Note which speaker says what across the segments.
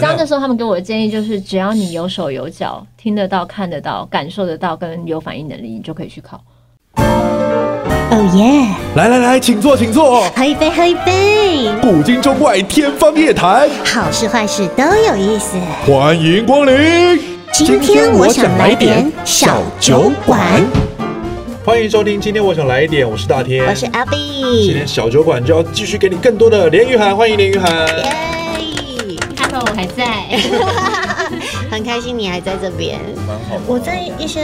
Speaker 1: 那时候他们给我的建议就是，只要你有手有脚，听得到、看得到、感受得到，跟有反应能力，你就可以去考。
Speaker 2: 哦耶！
Speaker 3: 来来来，请坐，请坐。
Speaker 2: 喝一杯，喝一杯，
Speaker 3: 古今中外，天方夜谭，
Speaker 2: 好事坏事都有意思。
Speaker 3: 欢迎光临。
Speaker 2: 今天我想来点小酒馆。
Speaker 3: 欢迎收听，今天我想来一点，我是大天，
Speaker 2: 我是阿
Speaker 3: 今
Speaker 2: B
Speaker 3: 天。小酒馆就要继续给你更多的连玉涵，欢迎连玉涵。
Speaker 2: 耶！
Speaker 1: Hello，我还在。
Speaker 2: 很开心你还在这边。
Speaker 3: 蛮好的
Speaker 2: 我在一些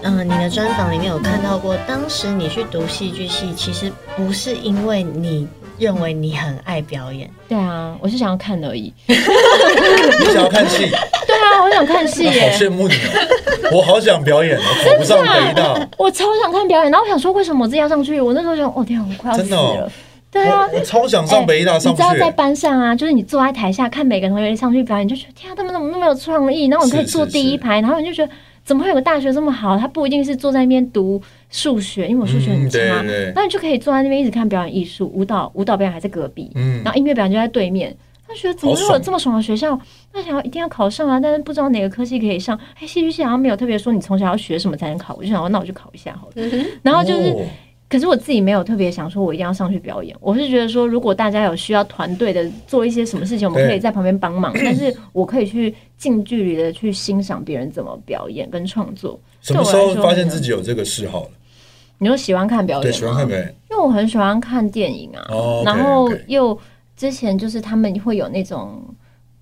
Speaker 2: 嗯、呃你的专访里面有看到过，当时你去读戏剧系，其实不是因为你认为你很爱表演，
Speaker 1: 对啊，我是想要看而已。
Speaker 3: 你想要看戏，
Speaker 1: 对啊，我想看戏
Speaker 3: 好
Speaker 1: 耶。
Speaker 3: 羡慕你哦！我好想表 演哦，考不上北大。
Speaker 1: 我超想看表演，然后我想说，为什么我自己要上去？我那时候想，哦天啊，我快要
Speaker 3: 真
Speaker 1: 死
Speaker 3: 的哦
Speaker 1: 了。对啊，
Speaker 3: 我我超想上北大，
Speaker 1: 哎
Speaker 3: 上
Speaker 1: 你
Speaker 3: 不
Speaker 1: 知道
Speaker 3: 去
Speaker 1: 在。班上啊，就是你坐在台下看每个同学上去表演，你就觉得天啊，他们怎么那么有创意？然后你可以
Speaker 3: 是是
Speaker 1: 坐第一
Speaker 3: 是
Speaker 1: 排，然后你就觉得怎么会有个大学这么好？他不一定是坐在那边读数学，因为我数学很
Speaker 3: 嗯
Speaker 1: 差，
Speaker 3: 对对
Speaker 1: 那你就可以坐在那边一直看表演艺术、舞蹈，舞蹈表演还在隔壁，
Speaker 3: 嗯
Speaker 1: 然后音乐表演就在对面。他觉得怎么会
Speaker 3: 好
Speaker 1: 有
Speaker 3: 爽
Speaker 1: 这么爽的学校？那想要一定要考上啊，但是不知道哪个科系可以上。哎，戏剧系好像没有特别说你从小要学什么才能考，我就想说那我就考一下好了。然后就是
Speaker 3: 哦
Speaker 1: 可是我自己没有特别想说，我一定要上去表演。我是觉得说，如果大家有需要团队的做一些什么事情，我们可以在旁边帮 忙，但是我可以去近距离的去欣赏别人怎么表演跟创作。
Speaker 3: 什么时
Speaker 1: 对我
Speaker 3: 候
Speaker 1: 来说
Speaker 3: 发现自己有这个嗜好了？
Speaker 1: 你就喜欢看表演吗？
Speaker 3: 对，喜欢看表演。
Speaker 1: 因为我很喜欢看电影啊，
Speaker 3: 哦，OK，
Speaker 1: 然后
Speaker 3: OK
Speaker 1: 又之前就是他们会有那种。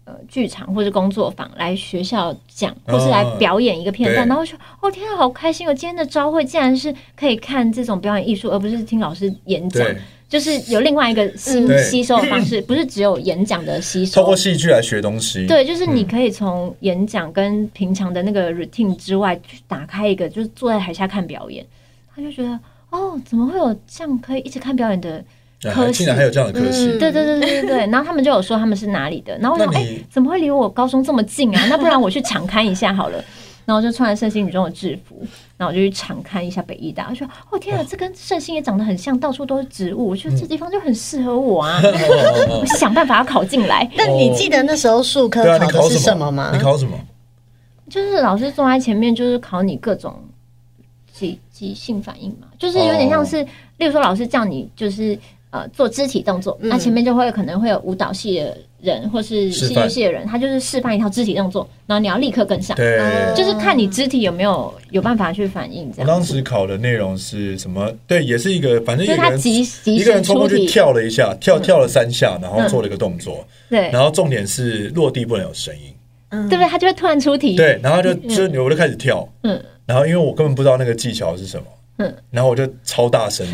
Speaker 1: 呃，剧场或是工作坊来学校讲，或是来表演一个片段，
Speaker 3: 对
Speaker 1: 然后说哦天啊，好开心哦！今天的招会竟然是可以看这种表演艺术，而不是听老师演讲。
Speaker 3: 对，
Speaker 1: 就是有另外一个吸
Speaker 3: 嗯对
Speaker 1: 吸收的方 式，不是只有演讲的吸
Speaker 3: 透
Speaker 1: 收
Speaker 3: 过。嗯戏剧来学东西。
Speaker 1: 对，就是你可以从演讲跟平常的那个 routine 之外，去打开一个，就是坐在台下看表演，他就觉得哦，怎么会有这样可以一直看表演的？
Speaker 3: 啊，
Speaker 1: 科系
Speaker 3: 竟然还有这样的科系
Speaker 2: 嗯。
Speaker 1: 对对对对对对。然后他们就有说他们是哪里的，然后我想
Speaker 3: 那
Speaker 1: 哎、
Speaker 3: 你
Speaker 1: 怎么会离我高中这么近啊？ 那不然我去场刊一下好了。然后就穿了圣心女中的制服，然后我就去场刊一下北艺大，我说哦天啊，这跟圣心也长得很像，到处都是植物，我觉得这地方就很适合我 啊。
Speaker 3: 哦哦哦
Speaker 1: 我想办法要考进来。
Speaker 2: 那你记得那时候数科
Speaker 3: 对哦啊，
Speaker 2: 嗯考
Speaker 3: 你
Speaker 2: 的
Speaker 3: 考
Speaker 2: 是
Speaker 3: 什
Speaker 2: 什么吗？
Speaker 3: 你考什么？
Speaker 1: 就是老师坐在前面，就是考你各种即即兴反应嘛，就是有点像
Speaker 3: 哦
Speaker 1: 是，例如说老师叫你就是呃做肢体动作，
Speaker 2: 嗯
Speaker 1: 那前面就会可能会有舞蹈系的人或是
Speaker 3: 示
Speaker 1: 戏
Speaker 3: 范
Speaker 1: 剧系的人，他就是示范一套肢体动作，然后你要立刻跟上，
Speaker 3: 对，
Speaker 2: 哦
Speaker 1: 就是看你肢体有没有有办法去反应这
Speaker 3: 我
Speaker 1: 样
Speaker 3: 当
Speaker 1: 子。
Speaker 3: 时考的内容是什么？对，也是一个，反正有
Speaker 1: 就
Speaker 3: 一
Speaker 1: 是
Speaker 3: 个
Speaker 1: 他
Speaker 3: 人
Speaker 1: 即即
Speaker 3: 一个
Speaker 1: 时
Speaker 3: 人冲
Speaker 1: 出
Speaker 3: 过去
Speaker 1: 题，嗯
Speaker 3: 跳了一下，跳跳了三下，然后做了一个动作，
Speaker 1: 对
Speaker 3: 然后重点是落地不能有声音。
Speaker 2: 嗯
Speaker 1: 对不对？他就会突然出题，
Speaker 3: 对，然后就就我就开始跳，
Speaker 1: 嗯
Speaker 3: 然后因为我根本不知道那个技巧是什么，
Speaker 1: 嗯
Speaker 3: 然后我就超 大声，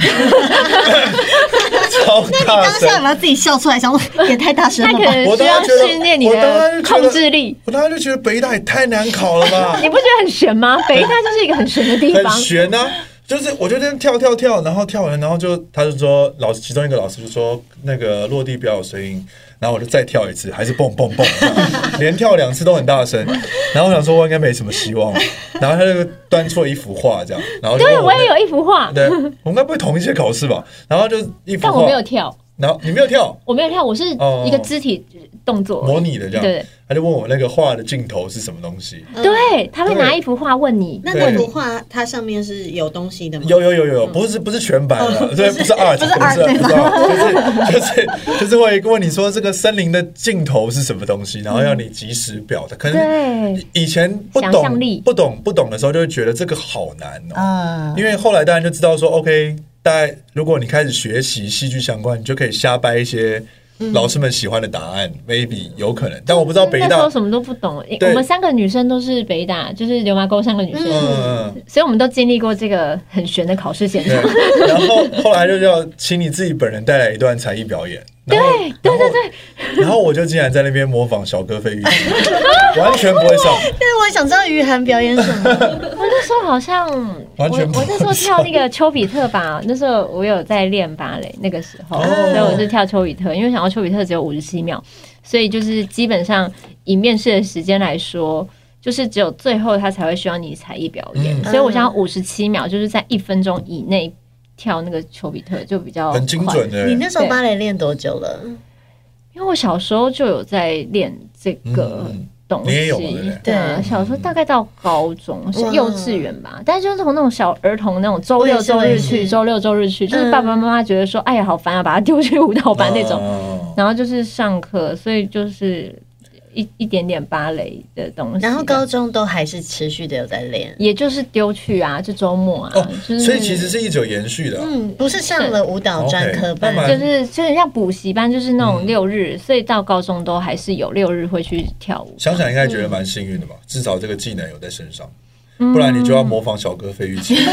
Speaker 3: 超大
Speaker 2: 当
Speaker 3: 声
Speaker 2: 下有。没有自己笑出来？想说也太大声
Speaker 1: 他
Speaker 2: 了
Speaker 1: 可
Speaker 2: 吧？
Speaker 1: 能
Speaker 3: 我
Speaker 1: 需
Speaker 3: 当
Speaker 1: 要
Speaker 3: 然觉得
Speaker 1: 训练你
Speaker 3: 我当
Speaker 1: 的
Speaker 3: 然觉得
Speaker 1: 控制力。
Speaker 3: 我当时就觉得北大也太难考了吧
Speaker 1: 你，不觉得很悬 吗？北大就是一个很悬的地
Speaker 3: 很
Speaker 1: 方，
Speaker 3: 悬啊。就是我就这样跳跳跳，然后跳完，然后就他就说老师其中一个老师就说那个落地不要有声音，然后我就再跳一次，还是蹦蹦蹦，连跳两次都很大声。然后我想说我应该没什么希望了，然后他就端出了一幅画这样，然后就
Speaker 1: 对
Speaker 3: 问
Speaker 1: 我
Speaker 3: 我那
Speaker 1: 也有一幅画，
Speaker 3: 对，我们该不会同一些考试吧？然后就一幅
Speaker 1: 但我
Speaker 3: 画
Speaker 1: 没，有跳。
Speaker 3: 然后你没有跳，
Speaker 1: 我没有跳，我是一个肢体动作。
Speaker 3: 哦模拟的这样
Speaker 1: 对，
Speaker 3: 他就问我那个画的镜头是什么东西？
Speaker 1: 对，他会拿一幅画问你，
Speaker 2: 那
Speaker 3: 对
Speaker 2: 那幅画它上面是有东西的吗？
Speaker 3: 有有有有有，
Speaker 1: 嗯
Speaker 3: 不是不是全白
Speaker 1: 哦
Speaker 3: 的，对，不是 art，
Speaker 2: 不
Speaker 3: 不
Speaker 2: 是 art，对
Speaker 3: 不是 art，就是就是就是会问你说这个森林的尽头是什么东西，然后要你及时表达。可能
Speaker 1: 对
Speaker 3: 以前不
Speaker 1: 想
Speaker 3: 懂
Speaker 1: 象力
Speaker 3: 不懂不懂的时候，就会觉得这个好难哦。
Speaker 2: 啊，
Speaker 3: 因为后来大家就知道说，OK，大家如果你开始学习戏剧相关，你就可以瞎掰一些
Speaker 1: 嗯
Speaker 3: 老师们喜欢的答案、m a y b e 有可能，但我不知道北
Speaker 1: 那时
Speaker 3: 大
Speaker 1: 候，什么都不懂。
Speaker 3: 对
Speaker 1: 我们三个女生都是北大，就是流麻沟三个女生，
Speaker 3: 嗯，
Speaker 1: 所以我们都经历过这个很悬的考试现场。
Speaker 3: 对，然后后来就要请你自己本人带来一段才艺表 演，对对对对，然后我就竟然在那边模仿小哥飞鱼，完全不会上，
Speaker 2: 对，我想知道于涵表演什么。
Speaker 1: 我那时候好像，我
Speaker 3: 完全不
Speaker 1: 我那时候跳那个丘比特吧，那时候我有在练芭蕾，那个时候，
Speaker 3: 哦
Speaker 1: 所以我是跳丘比特，因为想要丘比特只有五十七秒，所以就是基本上以面试的时间来说。就是只有最后他才会需要你才艺表演，
Speaker 3: 嗯
Speaker 1: 所以我想要五十七秒，就是在一分钟以内跳那个丘比特就比较
Speaker 3: 很精
Speaker 1: 快
Speaker 3: 准的欸
Speaker 2: 你，那时候芭蕾练多久了？
Speaker 1: 因为我小时候就有在练这个
Speaker 3: 嗯
Speaker 1: 东西。
Speaker 3: 你也有嘛对不对
Speaker 1: 对啊，
Speaker 2: 对
Speaker 1: 小时候大概到高中、是
Speaker 2: 哇
Speaker 1: 幼稚园吧，但是就是从那种小儿童那种周
Speaker 2: 我也
Speaker 1: 六
Speaker 2: 是
Speaker 1: 周
Speaker 2: 我也
Speaker 1: 日
Speaker 2: 是
Speaker 1: 去，周六周日去，就是
Speaker 2: 嗯
Speaker 1: 爸爸妈妈觉得说，哎呀好烦啊，把他丢去舞蹈班那种，
Speaker 3: 哦
Speaker 1: 然后就是上课，所以就是一一点点芭蕾的东西，
Speaker 2: 然后高中都还是持续的有在练。
Speaker 1: 也就是丢去啊，就周末啊，
Speaker 3: 哦
Speaker 1: 就是
Speaker 3: 所以其实是一直有延续的啊。
Speaker 2: 嗯，不是上了舞蹈专科班
Speaker 3: OK，那蛮
Speaker 1: 就是就是像补习班，就是那种六日，所以到高中都还是有六日会去跳舞。
Speaker 3: 想想应该觉得蛮幸运的吧，至少这个技能有在身上，不
Speaker 1: 嗯
Speaker 3: 然你就要模仿小哥费玉清。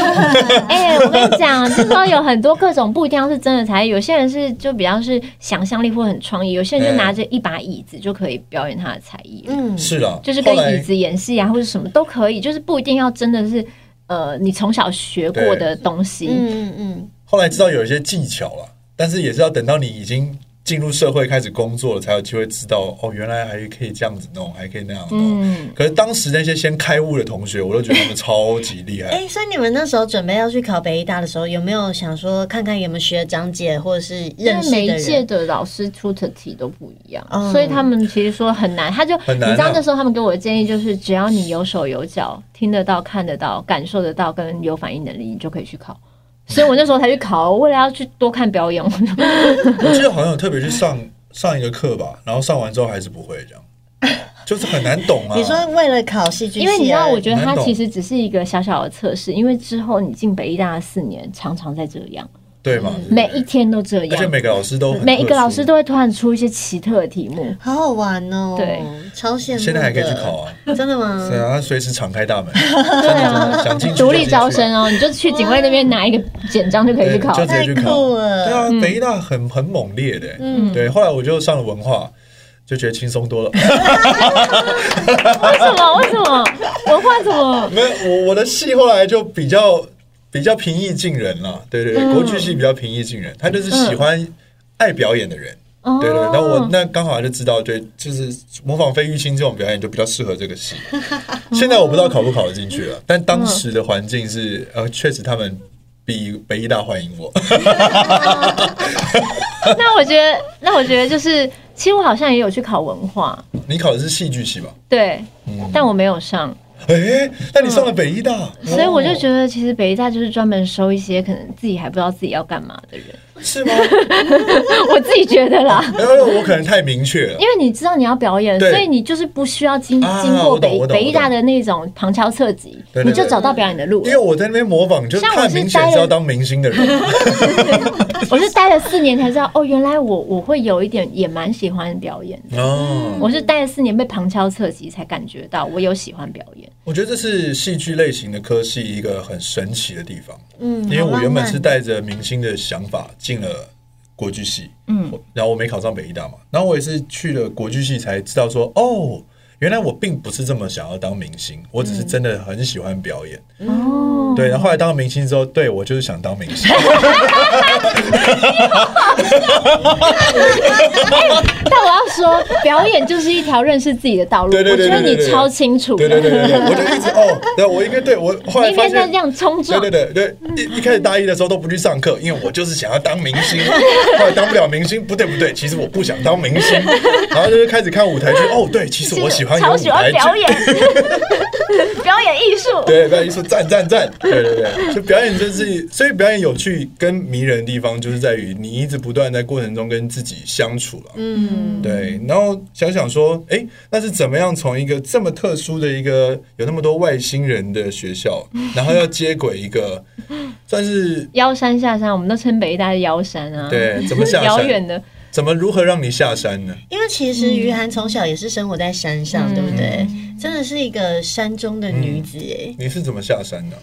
Speaker 1: 哎、我跟你讲，这时候有很多各种不一定要是真的才艺，有些人是就比较是想象力或很创意，有些人就拿着一把椅子就可以表演他的才艺，
Speaker 2: 嗯，
Speaker 3: 是啦，
Speaker 1: 就是
Speaker 3: 后
Speaker 1: 跟
Speaker 3: 来
Speaker 1: 椅子演戏啊，或者什么都可以，就是不一定要真的是呃你从小学过的东西。
Speaker 2: 嗯嗯嗯，
Speaker 3: 后来知道有一些技巧了，但是也是要等到你已经进入社会开始工作了，才有机会知道哦，原来还可以这样子弄，还可以那样弄。
Speaker 1: 嗯，
Speaker 3: 可是当时那些先开悟的同学，我都觉得他们超级厉
Speaker 2: 哎、
Speaker 3: 害。
Speaker 2: 所以你们那时候准备要去考北医大的时候，有没有想说看看有没有学长姐或者是
Speaker 1: 因
Speaker 2: 认
Speaker 1: 为
Speaker 2: 识
Speaker 1: 每
Speaker 2: 的
Speaker 1: 一届
Speaker 2: 人？
Speaker 1: 的老师出的题都不一样，
Speaker 2: 嗯
Speaker 1: 所以他们其实说很难。他就
Speaker 3: 很难啊
Speaker 1: 你知道那时候他们给我的建议就是，只要你有手有脚，听得到、看得到、感受得到，跟有反应能力，你就可以去考。所以我那时候才去考，为了要去多看表 演。我就
Speaker 3: 我记得好像有特别去上上一个课吧，然后上完之后还是不会这样，就是很难懂啊。
Speaker 2: 你说为了考戏剧系而，
Speaker 1: 因为你知道，我觉得它
Speaker 3: 难懂
Speaker 1: 其实只是一个小小的测试，因为之后你进北医大的四年，常常在这样，
Speaker 3: 对吗？
Speaker 1: 嗯每一天都这
Speaker 3: 而且
Speaker 1: 样，
Speaker 3: 每个老师都很
Speaker 1: 每一个
Speaker 3: 特殊
Speaker 1: 老师都会突然出一些奇特的题目。
Speaker 2: 好好玩哦，
Speaker 1: 对，
Speaker 2: 超羡慕的。
Speaker 3: 现在还可以去考啊，
Speaker 2: 真的吗？
Speaker 3: 对啊，他随时敞开大 门，
Speaker 1: 对啊
Speaker 3: 想进去就进
Speaker 1: 嗯
Speaker 3: 去
Speaker 1: 独立招生哦，你就去警卫那边拿一个简章就可以去考嗯
Speaker 3: 对。就直
Speaker 2: 太
Speaker 3: 接去考
Speaker 2: 酷了。
Speaker 3: 对啊，北医大很很猛烈的、嗯，对。后来我就上了文化，就觉得轻松多了。
Speaker 1: 为什么？为什么？文化怎么？
Speaker 3: 没有，我我的戏后来就比较比较平易近人了，对对对，
Speaker 1: 嗯
Speaker 3: 国剧系比较平易近人，他就是喜欢爱表演的人。
Speaker 1: 哦
Speaker 3: 对对，对那我那刚好就知道，对，就是模仿费玉清这种表演就比较适合这 个戏。现在我不知道考不考得进去了，但
Speaker 1: 嗯
Speaker 3: 当时的环境是，呃，确实他们比北医大欢迎我。
Speaker 1: 那我觉得，那我觉得就是，其实我好像也有去考文化，
Speaker 3: 你考的是戏剧系吧？
Speaker 1: 对，
Speaker 3: 嗯
Speaker 1: 但我没有上，
Speaker 3: 哎，那你上了北医大，
Speaker 1: 嗯
Speaker 3: 哦
Speaker 1: 所以我就觉
Speaker 3: 得
Speaker 1: 得，其实北医大就是专门收一些可能自己还不知道自己要干嘛的人，
Speaker 3: 是吗？
Speaker 1: 我自己觉得啦。
Speaker 3: 然后我可能太明确了
Speaker 1: 因。为你知道你要表演，
Speaker 3: 对
Speaker 1: 所以你就是不需要经
Speaker 3: 啊
Speaker 1: 经过
Speaker 3: 我懂
Speaker 1: 北
Speaker 3: 我懂
Speaker 1: 北医大的那种旁敲侧击，
Speaker 3: 对对
Speaker 1: 你就
Speaker 3: 对
Speaker 1: 找到表演的路
Speaker 3: 因为
Speaker 1: 了。
Speaker 3: 我在那边模仿，就
Speaker 1: 像我是
Speaker 3: 看明显是要当明星的人，
Speaker 1: 我是待了四年才知道，哦，原来我我会有一点也蛮喜欢表演的。
Speaker 3: 哦，
Speaker 1: 我是待了四年被旁敲侧击才感觉到我有喜欢表演。
Speaker 3: 我觉得这是戏剧类型的科系一个很神奇的地方，
Speaker 2: 嗯，
Speaker 3: 因为
Speaker 2: 好
Speaker 3: 我
Speaker 2: 浪
Speaker 3: 原本是
Speaker 2: 漫
Speaker 3: 带着明星的想法进了国剧系，
Speaker 1: 嗯
Speaker 3: 我，然后我没考上北医大嘛，然后我也是去了国剧系才知道说，哦，原来我并不是这么想要当明星，
Speaker 1: 嗯
Speaker 3: 我只是真的很喜欢表演，
Speaker 1: 哦，
Speaker 3: 对，然后后来当了明星之后，对我就是想当明 星，
Speaker 1: 但我要说，表演就是一条认识自己的道路。
Speaker 3: 对对对对
Speaker 1: 我觉得
Speaker 3: 对
Speaker 1: 你
Speaker 3: 对
Speaker 1: 超清楚的，
Speaker 3: 对对对对对，我就一直哦，对，我应该对我后来
Speaker 1: 你应
Speaker 3: 发
Speaker 1: 该在
Speaker 3: 现
Speaker 1: 这样冲撞。
Speaker 3: 对对对对，一一开始大一的时候都不去上课，因为我就是想要当明星， 后来当不了明星，不对不对，其实我不想当明星，然后就是开始看舞台剧，哦对，其实我喜欢有
Speaker 1: 超
Speaker 3: 舞
Speaker 1: 喜欢
Speaker 3: 台
Speaker 1: 表
Speaker 3: 剧。
Speaker 1: 演，表演艺术。
Speaker 3: 对，表演艺术赞赞赞！对对对，就表演就是，所以表演有趣跟迷人的地方就是在于你一直不断在过程中跟自己相处了。
Speaker 2: 嗯，
Speaker 3: 对，然后想想说，哎，那是怎么样从一个这么特殊的一个有那么多外星人的学校，然后要接轨一个算是
Speaker 1: 妖山下山，我们都称北大的妖山啊。
Speaker 3: 对怎么下 山
Speaker 1: 遥远的，
Speaker 3: 怎么如何让你下山呢？
Speaker 2: 因为其实于涵从小也是生活在山上，
Speaker 1: 嗯
Speaker 2: 对不对？真的是一个山中的女子哎。
Speaker 3: 你是怎么下山的？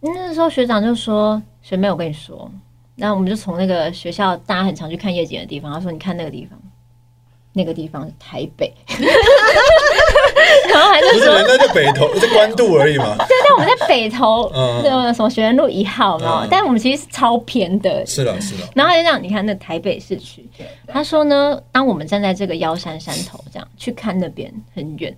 Speaker 1: 那时候学长就说：“学妹，我跟你说。”然后我们就从那个学校大家很常去看夜景的地方，他说：“你看那个地方，那个地方是台北。” 然后还就
Speaker 3: 不是人家在北投，在关渡而已嘛。
Speaker 1: 但我们在北投，
Speaker 3: 嗯
Speaker 1: 对吧？什么学院路一号嘛
Speaker 3: 嗯，
Speaker 1: 但我们其实是超偏的，
Speaker 3: 是啦，是啦，
Speaker 1: 然后他就这样，你看那台北市区，他说呢，当我们站在这个妖山山头这样去看那边很远，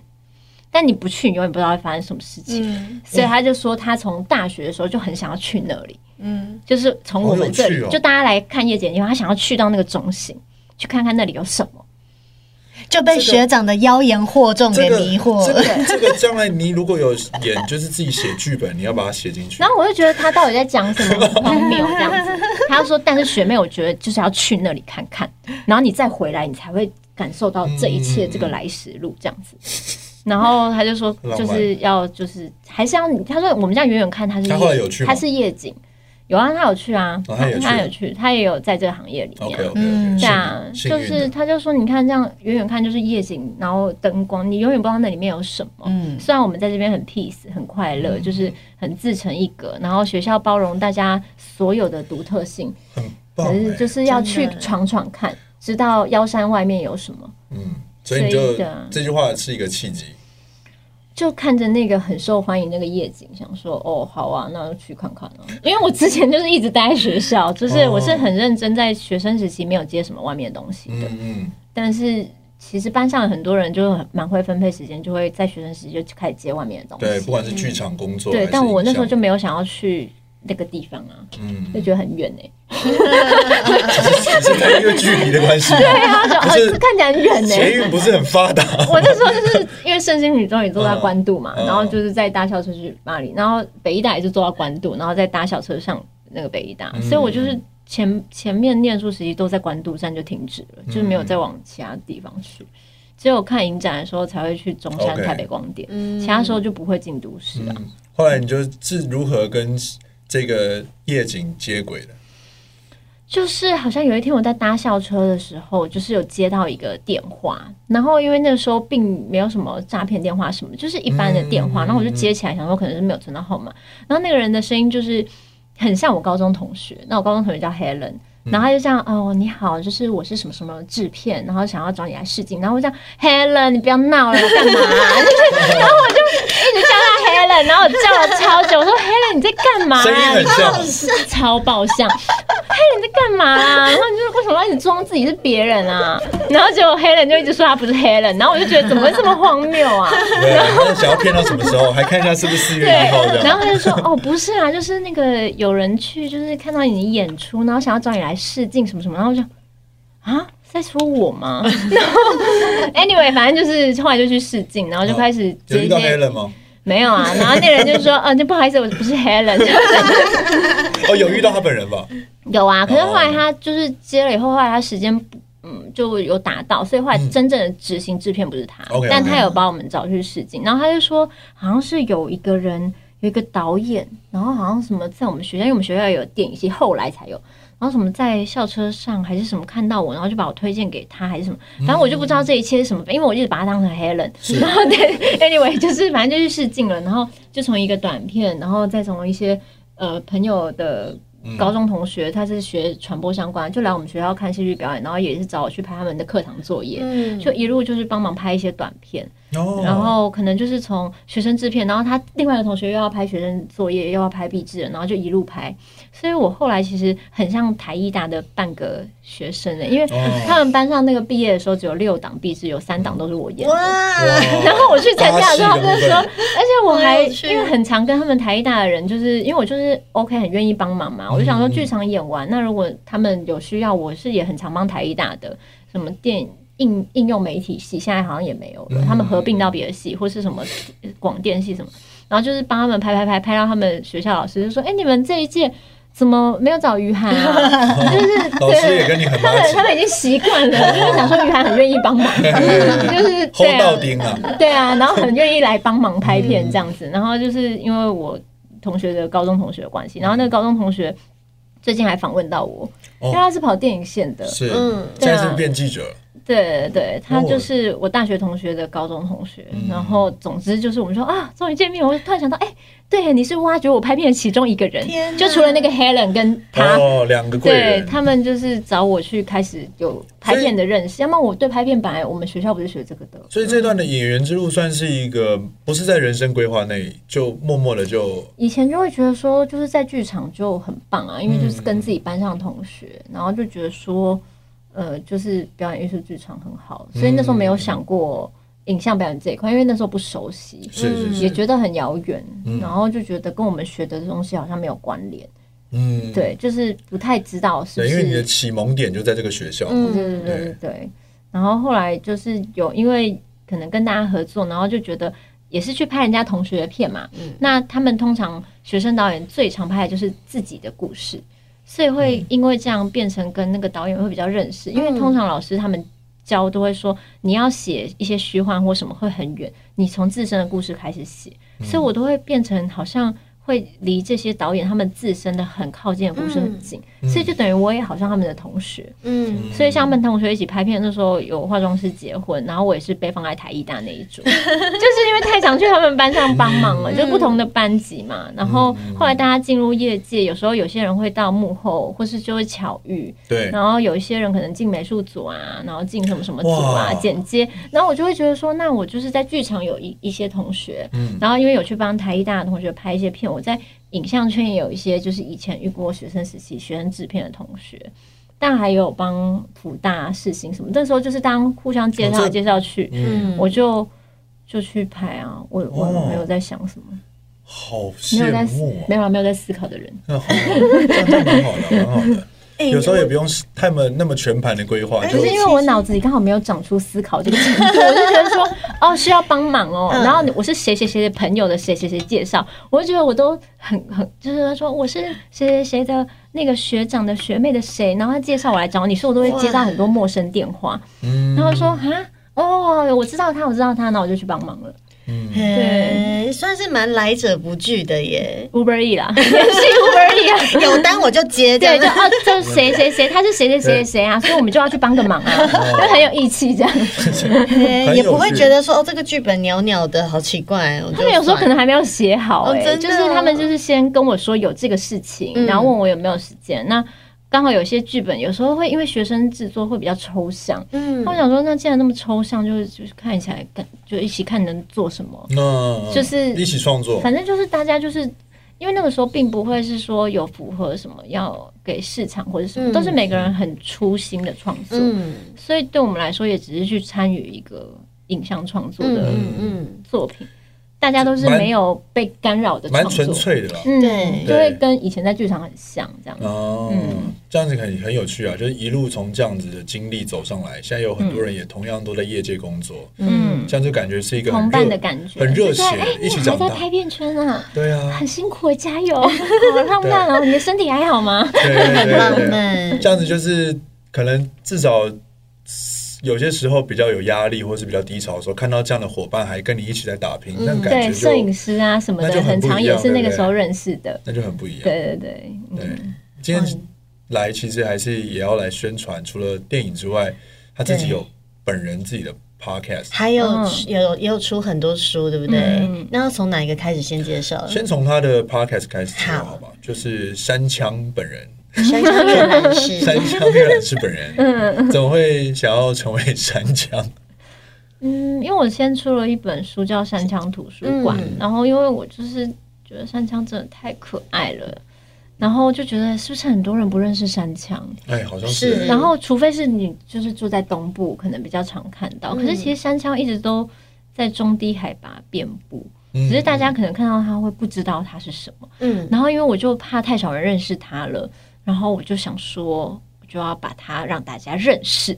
Speaker 1: 但你不去，你永远不知道会发生什么事情。
Speaker 2: 嗯
Speaker 1: 所以他就说，他从大学的时候就很想要去那里，
Speaker 2: 嗯，
Speaker 1: 就是从我们这
Speaker 3: 好有
Speaker 1: 里，
Speaker 3: 趣哦
Speaker 1: 就大家来看夜景的地方，他想要去到那个中心去看看那里有什么。
Speaker 2: 就被学长的妖言惑众
Speaker 3: 这
Speaker 2: 给
Speaker 3: 个
Speaker 2: 迷惑
Speaker 3: 这
Speaker 2: 了。
Speaker 3: 个这个将来你如果有演，就是自己写剧本，你要把它 写进去
Speaker 1: 然。后我就觉得他到底在讲什么荒谬这样子。他说，但是学妹，我觉得就是要去那里看看，然后你再回来，你才会感受到这一切这个来时路这样子。 然后他就说，
Speaker 3: 浪漫
Speaker 1: 就是要就是还是要你他说我们这样远远看他是
Speaker 3: 他
Speaker 1: 夜
Speaker 3: 后来有去吗
Speaker 1: 他是夜景，有啊，他有去啊，
Speaker 3: 哦他也有去
Speaker 1: 他有去，他也有在这个行业里
Speaker 3: OK
Speaker 1: 面
Speaker 3: OK，
Speaker 1: 啊。
Speaker 2: 嗯
Speaker 1: 对啊，
Speaker 3: 幸
Speaker 1: 就
Speaker 3: 运
Speaker 1: 是
Speaker 3: 的
Speaker 1: 他就说，你看这样远远看就是夜景，然后灯光，你永远不知道那里面有什么。
Speaker 2: 嗯，
Speaker 1: 虽然我们在这边很 peace 很快乐，就是很自成一格，然后学校包容大家所有的独特性，
Speaker 3: 很棒
Speaker 1: 可是
Speaker 3: 哎，
Speaker 1: 就是要去
Speaker 2: 真的
Speaker 1: 闯闯看，知道妖山外面有什么，
Speaker 3: 嗯，所以你就
Speaker 1: 所以的
Speaker 3: 这句话是一个契机。
Speaker 1: 就看着那个很受欢迎那个夜景，想说哦，好啊，那就去看看啊。因为我之前就是一直待在学校，就是
Speaker 3: 哦
Speaker 1: 我是很认真，在学生时期没有接什么外面的东西的，
Speaker 3: 嗯嗯，
Speaker 1: 但是。其实班上有很多人就很蛮会分配时间，就会在学生时期就开始接外面的东西。
Speaker 3: 对，不管是剧场工作还
Speaker 1: 对
Speaker 3: 是影像，，
Speaker 1: 但我那时候就没有想要去那个地方啊，
Speaker 3: 嗯，
Speaker 1: 就觉得很远哎、
Speaker 3: 是看因为距离的关系，
Speaker 1: 对啊，就
Speaker 3: 不
Speaker 1: 哦，
Speaker 3: 是
Speaker 1: 这看起来很远呢、
Speaker 3: 捷运不是很发达，
Speaker 1: 我那时候就是因为圣心女中也坐到关渡嘛，
Speaker 3: 嗯嗯
Speaker 1: 然后就是在搭校车去巴黎，然后北医大也是坐到关渡，然后再搭小车上那个北医大，
Speaker 3: 嗯
Speaker 1: 所以我就是前前面念书时期都在关渡站就停止
Speaker 3: 嗯
Speaker 1: 了，就是没有再往其他地方去。只有看影展的时候才会去中山、
Speaker 3: OK
Speaker 1: 台北光点，其他时候就不会进都市啊。
Speaker 3: 嗯，后来你就是如何跟这个夜景接轨的？
Speaker 1: 就是好像有一天我在搭校车的时候，就是有接到一个电话，然后因为那个时候并没有什么诈骗电话什么，就是一般的电话，
Speaker 3: 嗯
Speaker 1: 然后我就接起来，想说可能是没有存到号码，然后那个人的声音就是很像我高中同学，那我高中同学叫 Helen。然
Speaker 3: 嗯
Speaker 1: 后他就这样，哦，你好，就是我是什么什么制片，然后想要找你来试镜，然后我这样，Helen，你不要闹了，干嘛？ 就是然后我就一直叫他 Helen，然后我叫了超久，我说 Helen 你在干嘛、啊？
Speaker 3: 声音很像
Speaker 1: 超爆笑。黑人在干嘛啊？然后你就是为什么要一直装自己是别人啊？然后结果黑人就一直说他不是黑人，然后我就觉得怎么会这么荒谬啊？
Speaker 3: 对，那想要骗到什么时候？还看一下是不是四月
Speaker 1: 对
Speaker 3: 一号这，
Speaker 1: 然
Speaker 3: 样。
Speaker 1: 后他就 说哦不是啊，就是那个有人去就是看到你的演出，然后想要找你来试镜什么什么，然后我就啊。在说我吗？ 然后 anyway，反正就是后来就去试镜，然后就开始
Speaker 3: 哦有
Speaker 1: 接
Speaker 3: 遇
Speaker 1: 一
Speaker 3: 到
Speaker 1: 些
Speaker 3: Helen 吗？
Speaker 1: 没有啊，然后那人就说，呃，就不好意思，我不是 Helen，
Speaker 3: 哦，有遇到他本人吧？
Speaker 1: 有啊，可
Speaker 3: 哦
Speaker 1: 是后来他就是接了以后，后来他时间不嗯就有达到，所以后来真正的执行制片不是他，
Speaker 3: 嗯 OK，OK
Speaker 1: 但他有把我们找去试镜，然后他就说啊好像是有一个人有一个导演，然后好像什么在我们学校，因为我们学校有电影系，后来才有。然后什么在校车上还是什么看到我，然后就把我推荐给他还是什么，反正我就不知道这一切是什么，因为我一直把他当成 Helen，
Speaker 3: 嗯 是
Speaker 1: 然后对 anyway 就是反正就去试镜了，然后就从一个短片，然后再从一些呃朋友的
Speaker 3: 嗯
Speaker 1: 高中同学，他是学传播相关，就来我们学校看戏剧表演，然后也是找我去拍他们的课堂作业，
Speaker 2: 嗯，
Speaker 1: 就一路就是帮忙拍一些短片，
Speaker 3: 哦
Speaker 1: 然后可能就是从学生制片，然后他另外的同学又要拍学生作业，又要拍毕制，然后就一路拍，所以我后来其实很像台艺大的半个学生欸的、因为
Speaker 3: 哦
Speaker 1: 他们班上那个毕业的时候只有六档毕制，有三档都是我演的。
Speaker 2: 哇，
Speaker 1: 然
Speaker 3: 哇，
Speaker 1: 后我去参加的时候，他
Speaker 3: 巴
Speaker 1: 们
Speaker 3: 西
Speaker 1: 就
Speaker 3: 的部分
Speaker 1: 说，而且我还
Speaker 2: 好有趣
Speaker 1: 因为很常跟他们台艺大的人，就是因为我就是 OK 很愿意帮忙嘛，我就想说
Speaker 3: 嗯嗯
Speaker 1: 剧场演完，那如果他们有需要，我是也很常帮台艺大的什么电影。应应用媒体系现在好像也没有了，
Speaker 3: 嗯
Speaker 1: 他们合并到别的系或是什么呃广电系什么，然后就是帮他们拍拍拍拍到他们学校老师就说：“哎、你们这一届怎么没有找于涵啊？” 就是
Speaker 3: 老师也跟你很
Speaker 1: 他们
Speaker 3: match
Speaker 1: 他们已经习惯了，就是想说于涵很愿意 帮忙，就是对
Speaker 3: ，hold
Speaker 1: 啊
Speaker 3: 到丁啊，
Speaker 1: 对啊，然后很愿意来帮忙拍片这样子。然后就是因为我同学的高中同学的关系，然后那个高中同学最近还访问到我，
Speaker 3: 哦
Speaker 1: 因为他是跑电影线的，
Speaker 3: 是，
Speaker 2: 嗯
Speaker 3: 现在是不是变记者了，
Speaker 1: 对对，他
Speaker 3: 哦
Speaker 1: 就是我大学同学的高中同学。然后总之就是我们说啊，终于见面，我就突然想到，哎、对，你是挖掘我拍片的其中一个人
Speaker 2: 天，哪
Speaker 1: 就除了那个 Helen 跟他。
Speaker 3: 哦，两个贵
Speaker 1: 啊对
Speaker 3: 人，
Speaker 1: 他们就是找我去开始有拍片的认识，要么我对拍片本来我们学校不是学这个的，
Speaker 3: 所以这段的演员之路算是一个不是在人生规划内，就默默的就
Speaker 1: 以前就会觉得说，就是在剧场就很棒
Speaker 3: 嗯
Speaker 1: 啊，因为就是跟自己班上的同学，然后就觉得说，呃，就是表演艺术剧场很好，所以
Speaker 3: 嗯
Speaker 1: 那时候没有想过影像表演这一块，因为那时候不熟悉，
Speaker 3: 是是
Speaker 1: 嗯
Speaker 3: 嗯
Speaker 1: 也
Speaker 3: 是，
Speaker 1: 觉得很遥远，然后就觉得跟我们学的东西好像没有关联，
Speaker 3: 嗯，
Speaker 1: 对，就是不太知道是不
Speaker 3: 对，因为你的
Speaker 1: 是，
Speaker 3: 启蒙点就在这个学校，
Speaker 1: 对对对
Speaker 2: 嗯，
Speaker 1: 对对。然后后来就是有因为可能跟大家合作，然后就觉得也是去拍人家同学的片嘛。
Speaker 2: 嗯
Speaker 1: 那他们通常学生导演最常拍的就是自己的故事，所以会因为这样变成跟那个导演会比较认识，因为通常老师他们。教都会说你要写一些虚幻或什么会很远，你从自身的故事开始写，所以我都会变成好像会离这些导演他们自身的很靠近的故事很近，
Speaker 3: 嗯
Speaker 1: 所以就等于我也好像他们的同学，
Speaker 2: 嗯，
Speaker 1: 所以像他们同学一起拍片的时候，有化妆师结婚，然后我也是被放在台艺大那一 组，就是因为太常去他们班上帮忙了，
Speaker 2: 嗯
Speaker 1: 就不同的班级嘛。然后后来大家进入业界，有时候有些人会到幕后，或是就会巧遇，
Speaker 3: 对，嗯
Speaker 1: 然后有一些人可能进美术组啊，然后进什么什么组啊
Speaker 3: 哇，
Speaker 1: 剪接，然后我就会觉得说，那我就是在剧场有一一些同学，
Speaker 3: 嗯
Speaker 1: 然后因为有去帮台艺大的同学拍一些片，我在影像圈也有一些就是以前遇过学生时期学生制片的同学。但还有帮福大世新什么，那时候就是当互相介
Speaker 3: 哦
Speaker 1: 绍
Speaker 3: 这
Speaker 1: 介绍去，
Speaker 3: 嗯，
Speaker 1: 我就就去拍啊，我我
Speaker 3: 哦
Speaker 1: 没有在想什么，
Speaker 3: 好
Speaker 1: 没有在
Speaker 3: 羡
Speaker 1: 思
Speaker 3: 慕
Speaker 1: 没
Speaker 3: 哦，
Speaker 1: 有啊没有在思考的人，
Speaker 3: 那好，这样这样蛮好的，蛮好的。
Speaker 2: 哎
Speaker 3: 有时候也不用太们那么全盘的规划，
Speaker 2: 哎
Speaker 3: 就
Speaker 1: 就是因为我脑子里刚好没有长出思考这个程度，我就觉得 说，哦，需要帮忙哦。
Speaker 2: 嗯
Speaker 1: 然后我是谁谁谁的朋友的谁谁谁介绍，我就觉得我都很很，就是他说我是谁谁谁的那个学长的学妹的谁，然后他介绍我来找你，所以我都会接到很多陌生电话，
Speaker 3: 嗯
Speaker 1: 然 后说啊。哦，我知道他，我知道他，那我就去帮忙了。
Speaker 3: 嗯，
Speaker 2: 对，算是蛮来者不拒的耶。
Speaker 1: Uber E 啦，也 是 Uber E 啊。
Speaker 2: 有单我就接，这
Speaker 1: 对，
Speaker 2: 样
Speaker 1: 就哦，这谁谁谁，他是谁谁谁谁啊，所以我们就要去帮个忙 啊，就很有义气这样。
Speaker 3: 嗯
Speaker 2: 哎
Speaker 3: 很
Speaker 2: 也
Speaker 3: 有
Speaker 2: 不会
Speaker 3: 趣
Speaker 2: 觉得说哦，这个剧本袅袅的好奇怪。我就
Speaker 1: 他们有时候
Speaker 2: 算
Speaker 1: 可能还没有写好、
Speaker 2: 哦
Speaker 1: 欸，
Speaker 2: 真的
Speaker 1: 就是他们就是先跟我说有这个事情，
Speaker 2: 嗯
Speaker 1: 然后问我有没有时间。那刚好有些剧本有时候会因为学生制作会比较抽象，
Speaker 2: 嗯
Speaker 1: 那我想说，那既然那么抽象，就是就是看起来感就一起看能做什么，
Speaker 2: 哦
Speaker 3: 那
Speaker 1: 就是
Speaker 3: 嗯一起创作，
Speaker 1: 反正就是大家就是。因为那个时候并不会是说有符合什么要给市场或者什么，
Speaker 2: 嗯
Speaker 1: 都是每个人很初心的创作，
Speaker 2: 嗯
Speaker 1: 所以对我们来说也只是去参与一个影像创作
Speaker 2: 嗯
Speaker 1: 的
Speaker 2: 嗯嗯，
Speaker 1: 作品，大家都是没有被干扰的
Speaker 3: 蛮
Speaker 1: 创
Speaker 3: 纯
Speaker 1: 作，
Speaker 3: 粹的啦。
Speaker 1: 嗯，
Speaker 2: 对
Speaker 1: 就会跟以前在剧场很像这样。
Speaker 3: 哦，
Speaker 1: 嗯
Speaker 3: 这样子很很有趣啊，就是一路从这样子的经历走上来，现在有很多人也同样都在业界工作，
Speaker 1: 嗯，
Speaker 3: 这样就感觉是一个很
Speaker 1: 同伴
Speaker 3: 热
Speaker 1: 的感觉，
Speaker 3: 很热
Speaker 1: 就
Speaker 3: 血
Speaker 1: 觉得哎，
Speaker 3: 一起
Speaker 1: 你
Speaker 3: 长
Speaker 1: 还在
Speaker 3: 大。
Speaker 1: 拍片圈啊，
Speaker 3: 对 啊，
Speaker 1: 很辛苦，加油！好浪漫哦，你的身体还好吗？
Speaker 3: 对对对
Speaker 2: 很浪
Speaker 3: 对对，
Speaker 2: 漫。
Speaker 3: 这样子就是可能至少有些时候比较有压力或是比较低潮的时候，看到这样的伙伴还跟你一起在打拼，那
Speaker 1: 嗯对，
Speaker 3: 感
Speaker 1: 摄
Speaker 3: 觉
Speaker 1: 影
Speaker 3: 就
Speaker 1: 师啊什么
Speaker 3: 那
Speaker 1: 的，
Speaker 3: 就很
Speaker 1: 很
Speaker 3: 不一样
Speaker 1: 常也是那
Speaker 3: 对
Speaker 1: 个
Speaker 3: 不对
Speaker 1: 时候认识的。
Speaker 3: 那就很不一样。
Speaker 1: 对对对，
Speaker 3: 对
Speaker 1: 嗯，，
Speaker 3: 今天来其实还是也要来宣传，除了电影之外，他自己
Speaker 2: 对
Speaker 3: 有本人自己的 podcast。
Speaker 2: 还有
Speaker 1: 嗯
Speaker 2: 有也有出很多书，对不对
Speaker 1: 嗯？
Speaker 2: 那要从哪一个开始先介绍？
Speaker 3: 先从他的 podcast 开始介绍
Speaker 2: 好
Speaker 3: 好吧，就是山枪本人，
Speaker 2: 山枪阅览室
Speaker 3: 山枪阅览室本人，怎么会想要成为山枪？
Speaker 1: 嗯，因为我先出了一本书叫《山枪图书馆》
Speaker 2: 嗯
Speaker 1: 然后因为我就是觉得山枪真的太可爱了，然后就觉得是不是很多人不认识山枪？
Speaker 3: 哎，好像
Speaker 2: 是
Speaker 3: 是
Speaker 1: 然后除非是你就是住在东部，可能比较常看
Speaker 3: 嗯
Speaker 1: 到。可是其实山枪一直都在中低海拔遍布，
Speaker 3: 只
Speaker 1: 只是大家可能看到它会不知道它是什么。
Speaker 2: 嗯，
Speaker 1: 然后因为我就怕太少人认识它了，然后我就想说。我就要把它让大家认识，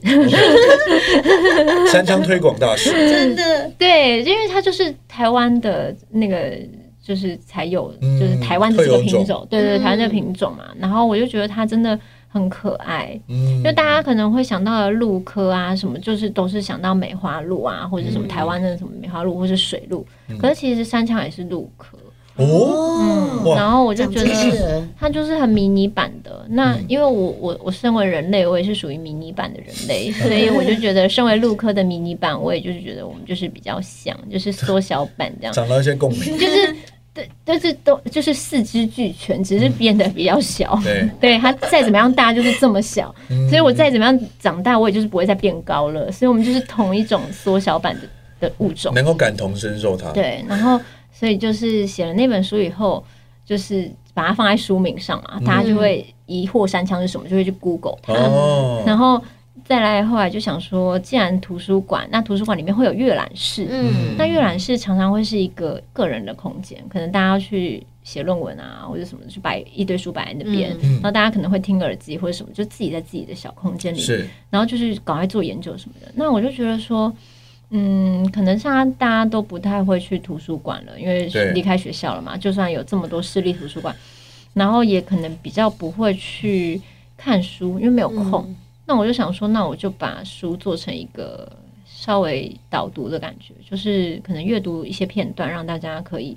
Speaker 3: 嗯山枪推广大使，
Speaker 2: 真的
Speaker 1: 对，因为它就是台湾的那个，就是才有，
Speaker 3: 嗯
Speaker 1: 就是台湾的这
Speaker 3: 特
Speaker 1: 个
Speaker 3: 有
Speaker 1: 品
Speaker 3: 种
Speaker 1: 种，对对，
Speaker 2: 嗯
Speaker 1: 台湾这个品种嘛。然后我就觉得它真的很可爱，
Speaker 3: 嗯，
Speaker 1: 就大家可能会想到的鹿科啊，什么就是都是想到梅花鹿啊，或者什么
Speaker 3: 嗯
Speaker 1: 台湾的什么梅花鹿，或是水鹿。可是其实山羌也是鹿科，
Speaker 3: 哦，
Speaker 2: 哦，
Speaker 3: 哇
Speaker 1: 然后我就
Speaker 2: 长
Speaker 1: 觉
Speaker 2: 知识
Speaker 1: 得
Speaker 2: 了
Speaker 1: 它就是很迷你版的。那
Speaker 3: 嗯
Speaker 1: 因为我我我身为人类，我也是属于迷你版的人类，所以我就觉得身为鹿科的迷你版，我也就是觉得我们就是比较像，就是缩小版这样。
Speaker 3: 找到一些共鸣，
Speaker 1: 就是对，就是都就是四肢俱全，只是变得比较小。
Speaker 3: 嗯 对，嗯
Speaker 1: 对它再怎么样大就是这么小，所以我再怎么样长大，我也就是不会再变高了。所以我们就是同一种缩小版的的物种。
Speaker 3: 能够感同身受他，
Speaker 1: 对，然后所以就是写了那本书以后，就是把它放在书名上嘛，大家就会疑惑山枪是什么，就会去 Google 它。
Speaker 3: 哦，
Speaker 1: 然后再来后来就想说，既然图书馆，那图书馆里面会有阅览室，
Speaker 2: 嗯
Speaker 1: 那阅览室常常会是一个个人的空间，可能大家去写论文啊，或者什么去摆一堆书摆在那边，
Speaker 3: 嗯
Speaker 1: 然后大家可能会听耳机或者什么，就自己在自己的小空间里，
Speaker 3: 是
Speaker 1: 然后就是赶快做研究什么的。那我就觉得说，嗯，可能现在大家都不太会去图书馆了，因为
Speaker 3: 对
Speaker 1: 离开学校了嘛，就算有这么多私立图书馆，然后也可能比较不会去看书，因为没有空。
Speaker 3: 嗯
Speaker 1: 那我就想说，那我就把书做成一个稍微导读的感觉，就是可能阅读一些片段，让大家可以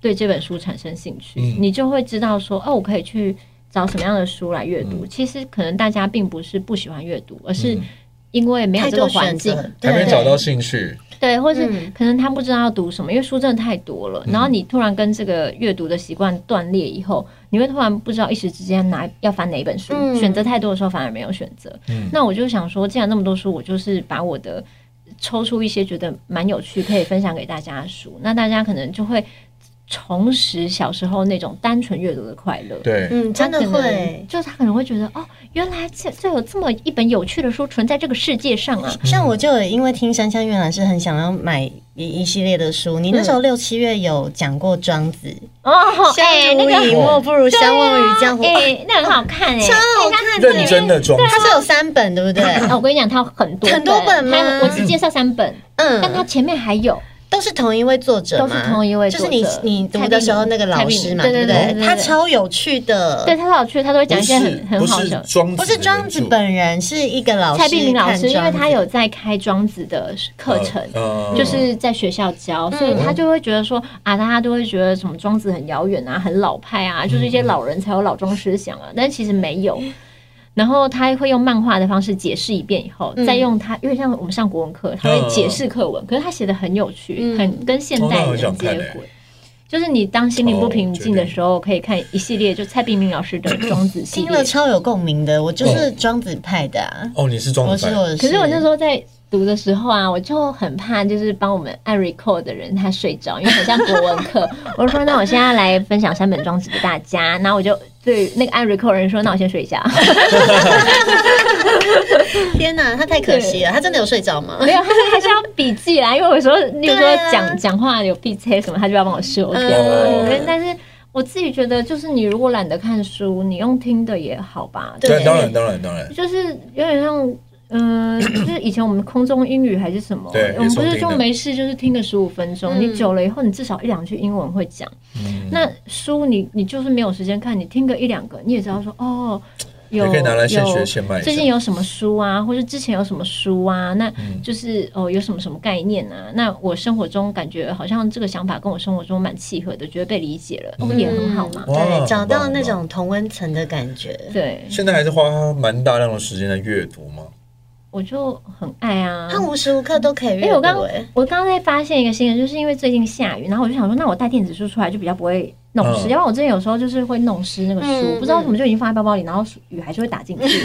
Speaker 1: 对这本书产生兴趣，
Speaker 3: 嗯
Speaker 1: 你就会知道说，哦，我可以去找什么样的书来阅读。其实可能大家并不是不喜欢阅读，而是
Speaker 3: 嗯
Speaker 1: 因为没有
Speaker 2: 太
Speaker 1: 这个
Speaker 2: 多
Speaker 1: 环
Speaker 2: 选
Speaker 1: 境，
Speaker 2: 择，
Speaker 3: 还没
Speaker 2: 对
Speaker 3: 找到兴趣，
Speaker 1: 对，或是
Speaker 2: 嗯
Speaker 1: 可能他不知道要读什么，因为书真的太多了。然后你突然跟这个阅读的习惯断裂以后，你会突然不知道一时之间哪要翻哪一本书，
Speaker 2: 嗯
Speaker 1: 选择太多的时候反而没有选择。
Speaker 3: 嗯
Speaker 1: 那我就想说，既然那么多书，我就是把我的抽出一些觉得蛮有趣可以分享给大家的书，那大家可能就会重拾小时候那种单纯阅读的快乐。
Speaker 3: 对，
Speaker 2: 嗯，真的
Speaker 1: 他可能
Speaker 2: 会。
Speaker 1: 就是他可能会觉得哦，原来这这有这么一本有趣的书存在这个世界上啊！
Speaker 2: 像我就有因为听山下阅览是很想要买一一系列的书，你那时候六七月有讲过庄子，
Speaker 1: 嗯哦，
Speaker 2: 相
Speaker 1: 哎、那
Speaker 2: 濡
Speaker 1: 个
Speaker 2: 以沫不如相忘于江湖，
Speaker 1: 哎、
Speaker 2: 哦
Speaker 1: 那很好看哎、
Speaker 2: 超好看的，
Speaker 3: 认真的装
Speaker 2: 它是有三本对不对？
Speaker 1: 啊我跟你讲，它有很多
Speaker 2: 很多本吗
Speaker 1: 它有我只介绍三本，但它
Speaker 2: 嗯，
Speaker 1: 前面还有，
Speaker 2: 都是同一位作者
Speaker 1: 都
Speaker 2: 嘛，
Speaker 1: 是同一位作
Speaker 2: 就是
Speaker 1: 者
Speaker 2: 你你读的时候那个老师嘛，
Speaker 1: 蔡碧
Speaker 2: 不
Speaker 1: 如对对对对
Speaker 2: 他超有趣的，
Speaker 1: 对，它老去，它都会讲
Speaker 3: 不
Speaker 1: 一些
Speaker 3: 是
Speaker 1: 很很
Speaker 3: 不
Speaker 1: 好
Speaker 3: 是
Speaker 1: 笑的。
Speaker 3: 庄
Speaker 2: 不是庄子本人，是一个老师，
Speaker 1: 蔡碧明老师，因为他有
Speaker 2: 看庄子
Speaker 1: 在开庄子的课程。
Speaker 3: 呃
Speaker 1: 就是在学校教，
Speaker 3: 嗯
Speaker 1: 所以他就会觉得说啊，大家都会觉得什么庄子很遥远啊，很老派
Speaker 3: 嗯
Speaker 1: 啊，就是一些老人才有老庄思想啊，但其实没有。然后他会用漫画的方式解释一遍以后，
Speaker 2: 嗯
Speaker 1: 再用他，因为像我们上国文课，他会解释课文，可是他写的很有趣，
Speaker 2: 嗯
Speaker 1: 很跟现代人接
Speaker 3: 嗯哦那我想看哦
Speaker 1: 轨。就是你当心里不平静的时候，可以看一系列就蔡炳明老师的庄子系
Speaker 2: 听
Speaker 1: 列
Speaker 2: 了。超有共鸣的，我就是庄子派的啊，
Speaker 3: 哦，你是庄
Speaker 2: 我
Speaker 3: 子
Speaker 2: 是
Speaker 3: 派
Speaker 2: 我是，
Speaker 1: 嗯可是我那时候在读的时候啊，我就很怕，就是帮我们按 record 的人他睡着，因为很像国文 课。我就说，那我现在来分享三本庄子给大家。然后我就对那个按 record 的人说，那我先睡一 下。
Speaker 2: 天哪，他太可惜了，他真的有睡着吗？
Speaker 1: 没有，他还是要笔记啦，因为有时候，例如
Speaker 2: 对
Speaker 1: 说
Speaker 2: 啊嗯
Speaker 1: 讲讲话有 B 切什么，他就要帮我修掉。
Speaker 3: 哦
Speaker 1: 对，但是我自己觉得，就是你如果懒得看书，你用听的也好吧。
Speaker 2: 对
Speaker 3: 对，当然当然当然，
Speaker 1: 就是有点像，嗯、 就是以前我们空中英语还是什么，
Speaker 3: 对
Speaker 1: 我们不
Speaker 3: 也是用
Speaker 1: 是
Speaker 3: 听
Speaker 1: 就
Speaker 3: 的
Speaker 1: 没事就是听个十五分钟，
Speaker 2: 嗯
Speaker 1: 你久了以后，你至少一两句英文会讲。
Speaker 3: 嗯
Speaker 1: 那书你你就是没有时间看，你听个一两个，你也知道说哦，有
Speaker 3: 也可以拿来现学
Speaker 1: 有
Speaker 3: 现卖一下。
Speaker 1: 最近有什么书啊，或者之前有什么书啊，那
Speaker 3: 嗯
Speaker 1: 就是哦有什么什么概念啊，那我生活中感觉好像这个想法跟我生活中蛮契合的，觉得被理解了，
Speaker 3: 嗯
Speaker 1: 也很好嘛。
Speaker 3: 哇
Speaker 2: 对，找
Speaker 3: 很棒
Speaker 2: 到
Speaker 3: 很
Speaker 2: 那
Speaker 3: 棒
Speaker 2: 种同温层的感觉。
Speaker 1: 对，
Speaker 3: 现在还是花蛮大量的时间在阅读吗？
Speaker 1: 我就很爱啊。
Speaker 2: 他无时无刻都可以阅
Speaker 1: 哎、我
Speaker 2: 读、
Speaker 1: 刚
Speaker 2: 哎
Speaker 1: 我刚刚在发现一个新的，就是因为最近下雨，然后我就想说，那我带电子书出来就比较不会弄湿，
Speaker 3: 嗯
Speaker 1: 要不然我之前有时候就是会弄湿那个书，
Speaker 2: 嗯
Speaker 1: 不知道为什么就已经放在包包里，然后雨还是会打进去，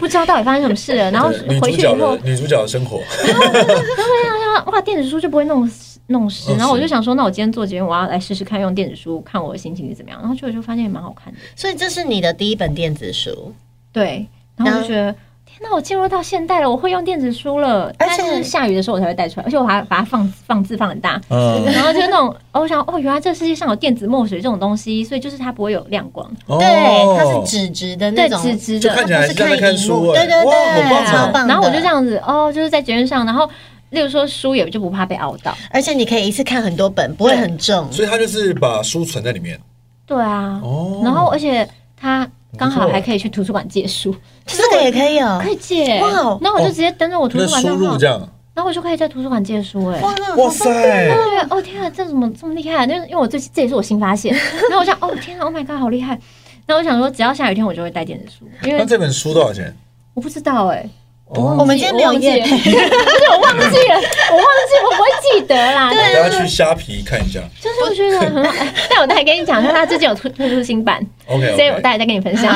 Speaker 1: 不知道到底发生什么事 了。然后
Speaker 3: 对女
Speaker 1: 回
Speaker 3: 主
Speaker 1: 去以后，
Speaker 3: 角的
Speaker 1: 对
Speaker 3: 女主角的生活，
Speaker 1: 啊，哇，电子书就不会弄湿弄湿。
Speaker 3: 嗯
Speaker 1: 然后我
Speaker 3: 是
Speaker 1: 就想说，那我今天做节目，我要来试试看用电子书，看我的心情是怎么样。然后结果就发现蛮好看的，
Speaker 2: 所以这是你的第一本电子书，
Speaker 1: 对，然后我就觉得。天呐，我进入到现代了，我会用电子书了，
Speaker 2: 而
Speaker 1: 但
Speaker 2: 且
Speaker 1: 是下雨的时候我才会带出来，而且我还把它放放字放很大，
Speaker 3: 嗯，
Speaker 1: 然后就那种，哦我想哦，原来这世界上有电子墨水这种东西，所以就是它不会有亮光，
Speaker 3: 哦
Speaker 2: 对，它是纸质的
Speaker 1: 对，
Speaker 2: 那种，
Speaker 1: 直直
Speaker 3: 就
Speaker 1: 的。
Speaker 3: 看起来是在看书，
Speaker 2: 它
Speaker 3: 哎
Speaker 2: 不是看荧幕对对对
Speaker 3: 哇，好棒
Speaker 1: 对啊
Speaker 2: 超
Speaker 3: 啊！
Speaker 2: 棒的
Speaker 1: 然后我就这样子，哦，就是在捷运上，然后例如说书也就不怕被凹到，
Speaker 2: 而且你可以一次看很多本，不会很重。
Speaker 3: 所以他就是把书存在里面，
Speaker 1: 对啊，
Speaker 3: 哦
Speaker 1: 然后而且它刚
Speaker 3: 不
Speaker 1: 好
Speaker 3: 错
Speaker 1: 还可以去图书馆借书，
Speaker 2: 这个也可以哦、
Speaker 1: 可以借，
Speaker 2: 哇哦
Speaker 1: 那我就直接登着我图
Speaker 3: 那
Speaker 1: 书馆
Speaker 3: 输
Speaker 1: 账号
Speaker 3: 入这，样，
Speaker 1: 然后我就可以在图书馆借书，哎，
Speaker 2: 哇，
Speaker 3: 哇塞
Speaker 1: 然！后我觉得哦天啊，这怎么这么厉害、啊？就是因为我最这也是我新发 现，然后我想哦天啊，Oh my god，好厉害！然后我想说，只要下雨天我就会带电子书，因
Speaker 3: 那
Speaker 1: 为
Speaker 3: 这本书多少钱？
Speaker 1: 我不知道哎、
Speaker 3: 哦
Speaker 2: 我们今天没有
Speaker 1: 我忘记
Speaker 2: 夜
Speaker 1: 了
Speaker 2: 配，
Speaker 1: 不是我忘记了，我忘记，我不会记得啦。
Speaker 2: 对啊
Speaker 1: 但是
Speaker 3: 大家去虾皮看一下。
Speaker 1: 就是我觉得很好。哎但我再跟你讲，说他之前有推推出新版
Speaker 3: OK，
Speaker 1: 所以我待会再跟你分享。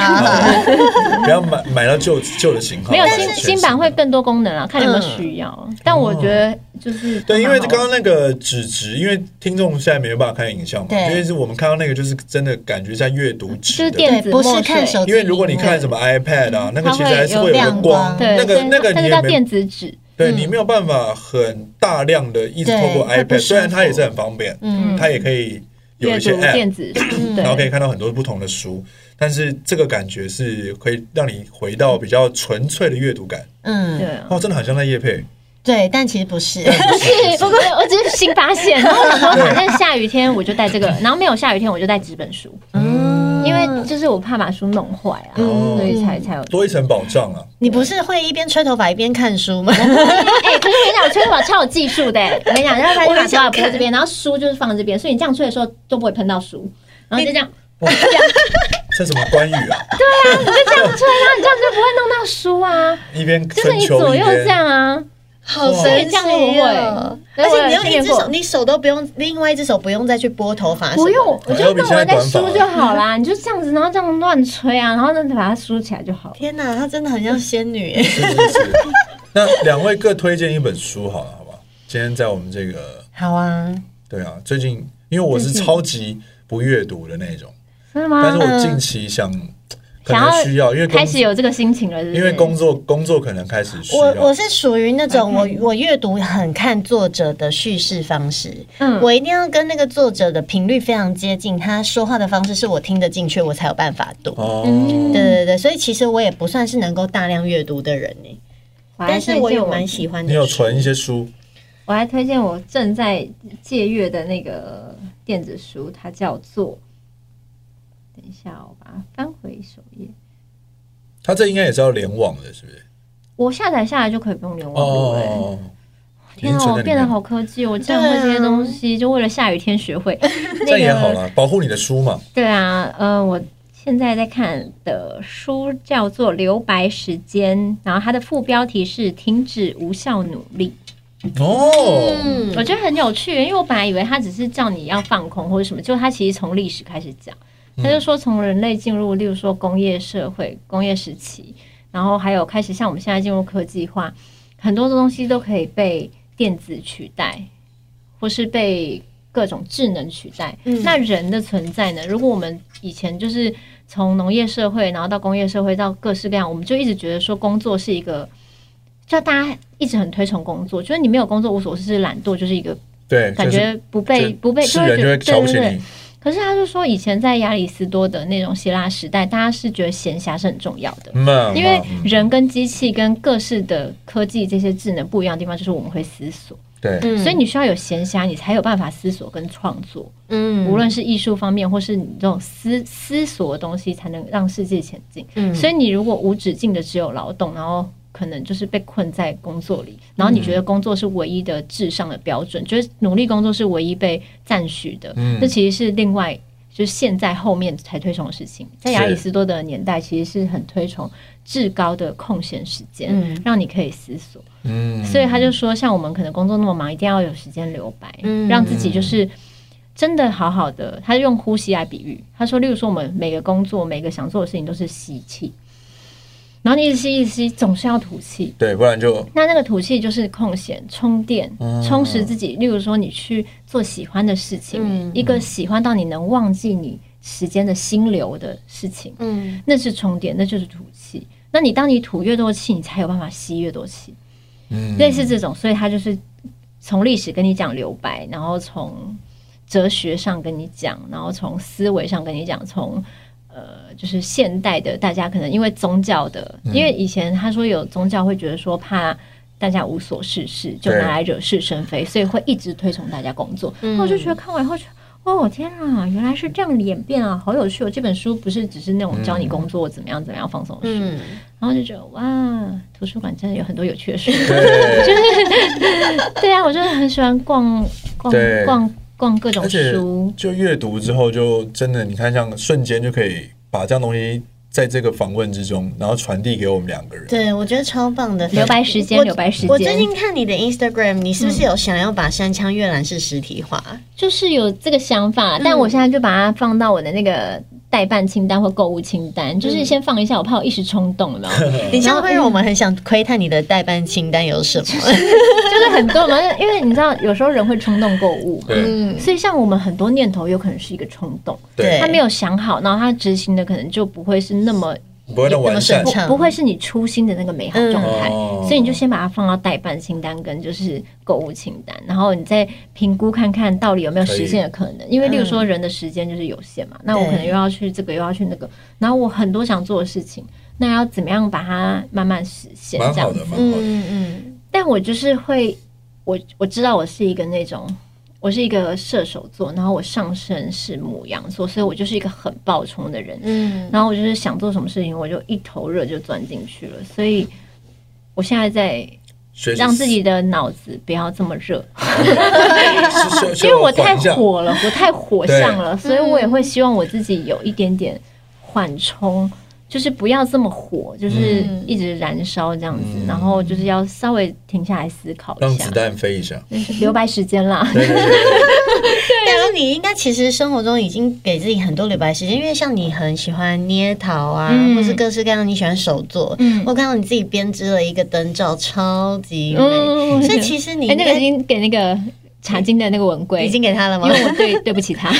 Speaker 3: 不要买买到旧旧的型号，
Speaker 1: 没有
Speaker 3: 买到
Speaker 1: 新
Speaker 3: 全
Speaker 1: 新版会更多功能啊，看你有没有需要。
Speaker 2: 嗯
Speaker 1: 但我觉得就是
Speaker 3: 对，因为刚刚那个纸质，因为听众现在没有办法看影像嘛，
Speaker 2: 对
Speaker 3: 因为是我们看到那个就是真的感觉像阅读纸
Speaker 1: 就是
Speaker 3: 的
Speaker 1: 电子
Speaker 2: 不
Speaker 1: 墨
Speaker 2: 是
Speaker 1: 水
Speaker 2: 看手机，
Speaker 3: 因为如果你看什么 iPad 啊，那个
Speaker 1: 嗯它
Speaker 3: 其实
Speaker 1: 会
Speaker 3: 还是
Speaker 1: 有
Speaker 3: 会有个
Speaker 2: 亮
Speaker 3: 光，
Speaker 2: 光
Speaker 1: 对
Speaker 3: 那个
Speaker 1: 对
Speaker 3: 那个
Speaker 1: 那个
Speaker 3: 你也
Speaker 1: 叫
Speaker 3: 没
Speaker 1: 电子纸，
Speaker 3: 对
Speaker 2: 嗯
Speaker 3: 你没有办法很大量的一直
Speaker 2: 对
Speaker 3: 透过
Speaker 2: 会不
Speaker 3: iPad，虽然
Speaker 2: 舒
Speaker 3: 它也
Speaker 2: 服
Speaker 3: 是很方便，
Speaker 2: 嗯
Speaker 3: 它也可以有
Speaker 1: 阅
Speaker 3: 一些
Speaker 1: 读
Speaker 3: App，
Speaker 1: 电子书，
Speaker 3: 然后可以
Speaker 1: 对，
Speaker 3: 看到很多不同的书，但是这个感觉是可以让你回到比较纯粹的阅读感。
Speaker 1: 对
Speaker 2: 嗯，
Speaker 1: 啊。
Speaker 3: 哦，真的很像在 夜配，
Speaker 2: 对，但其实 不是，
Speaker 1: 不是，不过我只是新发 现。然后我想说，反正下雨天我就带这个，然后没有下雨天我就带纸本书，
Speaker 2: 嗯，
Speaker 1: 因为就是我怕把书弄坏啊，
Speaker 3: 嗯
Speaker 1: 所以才才有。
Speaker 3: 多一层保障啊。
Speaker 2: 你不是会一边吹头发一边看 书吗？
Speaker 1: 哎，可是我跟你讲，我吹头发超有技术的。欸我跟你讲，然后把头
Speaker 2: 我很
Speaker 1: 发
Speaker 2: 想
Speaker 1: 拨这边，然后书就是放这边，所以你这样吹的时候都不会喷到书。然后你就这样，
Speaker 3: 这什么关羽啊？
Speaker 1: 你就这样吹，然后你这样就不会弄到书啊。
Speaker 3: 一边
Speaker 1: 就是
Speaker 3: 春
Speaker 1: 你
Speaker 3: 秋
Speaker 1: 左
Speaker 3: 一
Speaker 1: 右
Speaker 3: 边
Speaker 1: 这样啊，
Speaker 2: 好
Speaker 3: 所
Speaker 1: 以这样我会
Speaker 2: 哦
Speaker 1: 对
Speaker 2: 而
Speaker 1: 我有
Speaker 2: 且你用一
Speaker 1: 训练
Speaker 2: 只
Speaker 1: 过
Speaker 2: 手，你手都不用，另外一只手不用再去拨头发，
Speaker 1: 不用，我就弄完再梳就好啦。你就这样子，然后这样乱吹啊，然后呢把它梳起来就好了。
Speaker 2: 天哪，她真的很像仙 女耶！
Speaker 3: 是是是。 那两位各推荐一本书好了，好吧？今天在我们这个
Speaker 2: 好啊，
Speaker 3: 对啊，最近因为我是超级不阅读的那种，
Speaker 1: 真的
Speaker 3: 但
Speaker 1: 吗？
Speaker 3: 是我近期想可
Speaker 1: 嗯想要
Speaker 3: 能需要，因为工
Speaker 1: 开始有这个心情了，是不是
Speaker 3: 因为工作工作可能开始需
Speaker 2: 我我
Speaker 3: 要。
Speaker 2: 是属于那种我我阅读很看作者的叙事方式，
Speaker 1: 嗯
Speaker 2: 我一定要跟那个作者的频率非常接近，他说话的方式是我听得进去，我才有办法读。
Speaker 3: 哦，
Speaker 1: 嗯
Speaker 2: 对对对，所以其实我也不算是能够大量阅读的人呢，
Speaker 1: 我还
Speaker 2: 但是
Speaker 1: 推
Speaker 2: 我
Speaker 1: 荐
Speaker 2: 有
Speaker 1: 我
Speaker 2: 蛮喜欢的。
Speaker 3: 你有存一些书
Speaker 1: 我还推荐我正在借阅的那个电子书，它叫做……等一下，哦我把它翻回首页。
Speaker 3: 它这应该也是要联网的，是不是？
Speaker 1: 我下载下来就可以不用联网路了、欸
Speaker 3: 哦，
Speaker 1: 天啊，
Speaker 3: 存
Speaker 1: 我
Speaker 3: 在里
Speaker 1: 变得
Speaker 3: 面啊
Speaker 1: 好科技，哦我竟然会这些东西，就为了下雨天学会。那
Speaker 3: 这样也
Speaker 1: 个
Speaker 3: 好啦，保护你的书嘛。
Speaker 1: 对啊，呃，我现在在看的书叫做《留白时间》，然后它的副标题是“停止无效努力”，
Speaker 3: 哦，
Speaker 2: 嗯
Speaker 1: 我觉得很有趣，因为我本来以为它只是叫你要放空或者什么，就它其实从历史开始讲，
Speaker 3: 嗯
Speaker 1: 他就说从人类进入，例如说工业社会、工业时期，然后还有开始像我们现在进入科技化，很多的东西都可以被电子取代，或是被各种智能取代。
Speaker 2: 嗯
Speaker 1: 那人的存在呢？如果我们以前就是从农业社会，然后到工业社会，到各式各样，我们就一直觉得说工作是一个，就大家一直很推崇工作，就是你没有工作无所事事，懒惰就是一个
Speaker 3: 对，
Speaker 1: 感
Speaker 3: 就是
Speaker 1: 觉不被
Speaker 3: 就
Speaker 1: 不被
Speaker 3: 是人就会
Speaker 1: 会觉
Speaker 3: 瞧
Speaker 1: 得
Speaker 3: 不
Speaker 1: 对
Speaker 3: 起
Speaker 1: 对对
Speaker 3: 你。
Speaker 1: 可是他就说，以前在亚里士多德那种希腊时代，大家是觉得闲暇是很重要的，
Speaker 3: 嗯嘛，
Speaker 1: 因为
Speaker 3: 嘛嗯
Speaker 1: 人跟机器跟各式的科技这些智能不一样的地方，就是我们会思索，
Speaker 3: 对，
Speaker 2: 嗯
Speaker 1: 所以你需要有闲暇，你才有办法思索跟创作，
Speaker 2: 嗯
Speaker 1: 无论是艺术方面，或是你这种思思索的东西，才能让世界前进。
Speaker 2: 嗯
Speaker 1: 所以你如果无止境的只有劳动，然后可能就是被困在工作里，然后你觉得工作是唯一的至上的标准，觉得努力工作是唯一被赞许的，
Speaker 3: 嗯
Speaker 1: 这其实是另外就是现在后面才推崇的事情。在亚里士多德的年代，其实是很推崇至高的空闲时间，
Speaker 2: 嗯
Speaker 1: 让你可以思索。
Speaker 3: 嗯，
Speaker 1: 所以他就说，像我们可能工作那么忙，一定要有时间留白，
Speaker 2: 嗯
Speaker 1: 让自己就是真的好好的。他用呼吸来比喻，他说，例如说我们每个工作、每个想做的事情都是吸气，然后你一直吸、一直吸，总是要吐气。
Speaker 3: 对，不然就
Speaker 1: 那那个吐气就是空闲、充电
Speaker 3: 嗯、
Speaker 1: 充实自己。例如说，你去做喜欢的事情，
Speaker 2: 嗯
Speaker 1: 一个喜欢到你能忘记你时间的心流的事情，
Speaker 2: 嗯
Speaker 1: 那是充电，那就是吐气。那你当你吐越多气，你才有办法吸越多气。
Speaker 3: 嗯
Speaker 1: 类似这种，所以他就是从历史跟你讲留白，然后从哲学上跟你讲，然后从思维上跟你讲，从呃，就是现代的大家可能因为宗教的，
Speaker 3: 嗯
Speaker 1: 因为以前他说有宗教会觉得说怕。大家无所事事，就
Speaker 3: 对嗯
Speaker 1: 拿来惹是生非，所以会一直推崇大家工作。那、我就觉得看完以后就，哦天啊，原来是这样的演变啊，好有趣哦！这本书不是只是那种
Speaker 3: 嗯
Speaker 1: 教你工作怎么样怎么样放松的书，
Speaker 2: 嗯，
Speaker 1: 然后就觉得哇，图书馆真的有很多有趣的书。
Speaker 3: 对，
Speaker 1: 对啊，我就是很喜欢逛逛
Speaker 3: 对
Speaker 1: 逛逛各种
Speaker 3: 而且
Speaker 1: 书，
Speaker 3: 就阅读之后，就真的你看，像瞬间就可以把这样东西在这个访问之中，然后传递给我们两个人。
Speaker 2: 对，我觉得超棒的。
Speaker 1: 留白时间
Speaker 2: 我
Speaker 1: 留白时间
Speaker 2: 我最近看你的 Instagram，你是不是有想要把山枪阅览室实体化？
Speaker 1: 就是有这个想法，但我现在就把它放到我的那个代办清单或购物清单，就是先放一下，我怕我一时冲动， 然后
Speaker 2: 你这样会让我们很想窥探你的代办清单有什么。
Speaker 1: 就是很多嘛，因为你知道，有时候人会冲动购物嘛，
Speaker 3: 对
Speaker 2: 嗯，
Speaker 1: 所以像我们很多念头有可能是一个冲动，
Speaker 2: 对
Speaker 1: 他没有想好，然后他执行的可能就不会是那么
Speaker 3: 不会那么完善
Speaker 2: 那么顺。畅
Speaker 1: 不会是你初心的那个美好状态，
Speaker 3: 嗯哦
Speaker 1: 所以你就先把它放到代办清单跟就是购物清单，然后你再评估看看到底有没有实现的可能。因为例如说人的时间就是有限嘛，那我可能又要去这个又要去那个，然后我很多想做的事情，那要怎么样把它慢慢实现
Speaker 3: 蛮
Speaker 1: 这
Speaker 3: 好
Speaker 1: 样
Speaker 3: 的，
Speaker 1: 子？
Speaker 3: 蛮好的。
Speaker 2: 嗯嗯
Speaker 1: 但我就是会，我我知道我是一个那种。我是一个射手座，然后我上身是母羊座，所以我就是一个很暴冲的人。
Speaker 2: 嗯，
Speaker 1: 然后我就是想做什么事情，我就一头热就钻进去了。所以我现在在
Speaker 3: 学习
Speaker 1: 让自己的脑子不要这么热，
Speaker 3: 是是是
Speaker 1: 因为我太
Speaker 3: 缓一下
Speaker 1: 火了，我太火上了，所以我
Speaker 2: 嗯
Speaker 1: 也会希望我自己有一点点缓冲。就是不要这么火，就是
Speaker 2: 嗯
Speaker 1: 一直燃烧这样子，
Speaker 3: 嗯
Speaker 1: 然后就是要稍微停下来思考一
Speaker 3: 让
Speaker 1: 下
Speaker 3: 子，弹飞一下。
Speaker 2: 嗯
Speaker 1: 留白时间啦。
Speaker 3: 对对对对对
Speaker 1: 啊
Speaker 2: 但是你应该其实生活中已经给自己很多留白时间，因为像你很喜欢捏陶啊，
Speaker 1: 嗯
Speaker 2: 或是各式各样你喜欢手作。
Speaker 1: 嗯
Speaker 2: 我看到你自己编织了一个灯罩，超级美。
Speaker 1: 嗯
Speaker 2: 所以其实你
Speaker 1: 哎、
Speaker 2: 应
Speaker 1: 那个
Speaker 2: 该
Speaker 1: 已经给那个茶经的那个文
Speaker 2: 已
Speaker 1: 贵，
Speaker 2: 经给他了吗
Speaker 1: 因？为我对对不起他。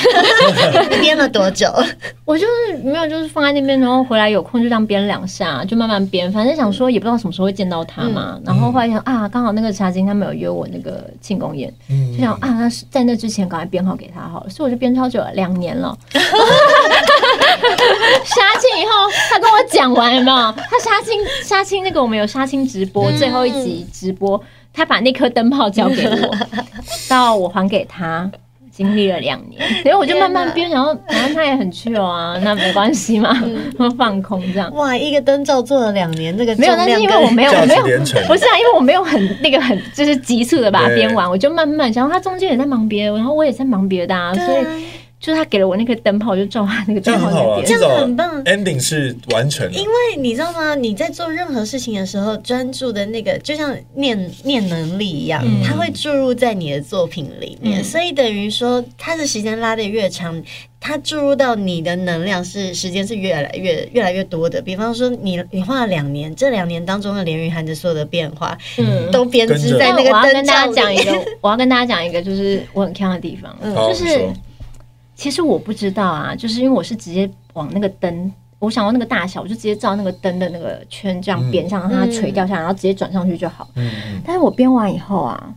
Speaker 2: 你编了 多久？
Speaker 1: 我就是没有，就是放在那边，然后回来有空就这样编两下，就慢慢编。反正想说也不知道什么时候会见到他嘛。然后后来想啊，刚好那个茶经他没有约我那个庆功宴，
Speaker 3: 嗯
Speaker 1: 就想啊，那是在那之前赶快编好给他好了。所以我就编超久了，两年了。 杀青以后，他跟我讲完有没有？他杀青杀青那个我们有杀青直播、最后一集直播，他把那颗灯泡交给我，到我还给他。经历了两年，然后我就慢慢编，然后然后他也很 chill 啊，那没关系嘛，放空这样。
Speaker 2: 哇，一个灯罩做了两年，这个
Speaker 1: 没有，
Speaker 2: 重
Speaker 1: 但是
Speaker 2: 量
Speaker 1: 因为
Speaker 2: 跟
Speaker 1: 我没有，我没
Speaker 3: 价值
Speaker 1: 有
Speaker 3: 连城，
Speaker 1: 不是啊，因为我没有很那个很就是急促的把它
Speaker 3: 对
Speaker 1: 编完，我就慢慢想，然后他中间也在忙别的，然后我也在忙别的啊，
Speaker 2: 对啊
Speaker 1: 所以就是他给了我那个灯泡，我就照他那个
Speaker 3: 这
Speaker 1: 灯
Speaker 3: 样
Speaker 1: 泡
Speaker 3: 很
Speaker 1: 在
Speaker 3: 好啊，
Speaker 1: 编
Speaker 3: 至
Speaker 2: 样
Speaker 3: 少
Speaker 2: 很棒
Speaker 3: ending 是完成了
Speaker 2: 因。为你知道吗？你在做任何事情的时候，专注的那个就像念念能力一样，
Speaker 3: 嗯
Speaker 2: 它会注入在你的作品里面。
Speaker 1: 嗯
Speaker 2: 所以等于说，它的时间拉得越长，它注入到你的能量是时间是越来越越来越多的。比方说你，你画了两年，这两年当中的连雨涵的所有的变化，
Speaker 1: 嗯
Speaker 2: 都编
Speaker 3: 跟着
Speaker 2: 织在
Speaker 1: 但
Speaker 2: 那
Speaker 1: 哦我
Speaker 2: 个
Speaker 1: 要跟
Speaker 2: 灯
Speaker 1: 大
Speaker 2: 罩
Speaker 1: 家讲
Speaker 2: 里。
Speaker 1: 一个，我要跟大家讲一个，就是我很 c 的地方，
Speaker 2: 嗯
Speaker 3: 好，
Speaker 1: 就
Speaker 3: 我
Speaker 1: 是
Speaker 3: 说
Speaker 1: 其实我不知道啊，就是因为我是直接往那个灯，我想要那个大小，我就直接照那个灯的那个圈这
Speaker 2: 嗯
Speaker 1: 样编上，让它垂掉下来，然后直接转上去就好。
Speaker 3: 嗯嗯，
Speaker 1: 但是我编完以后啊，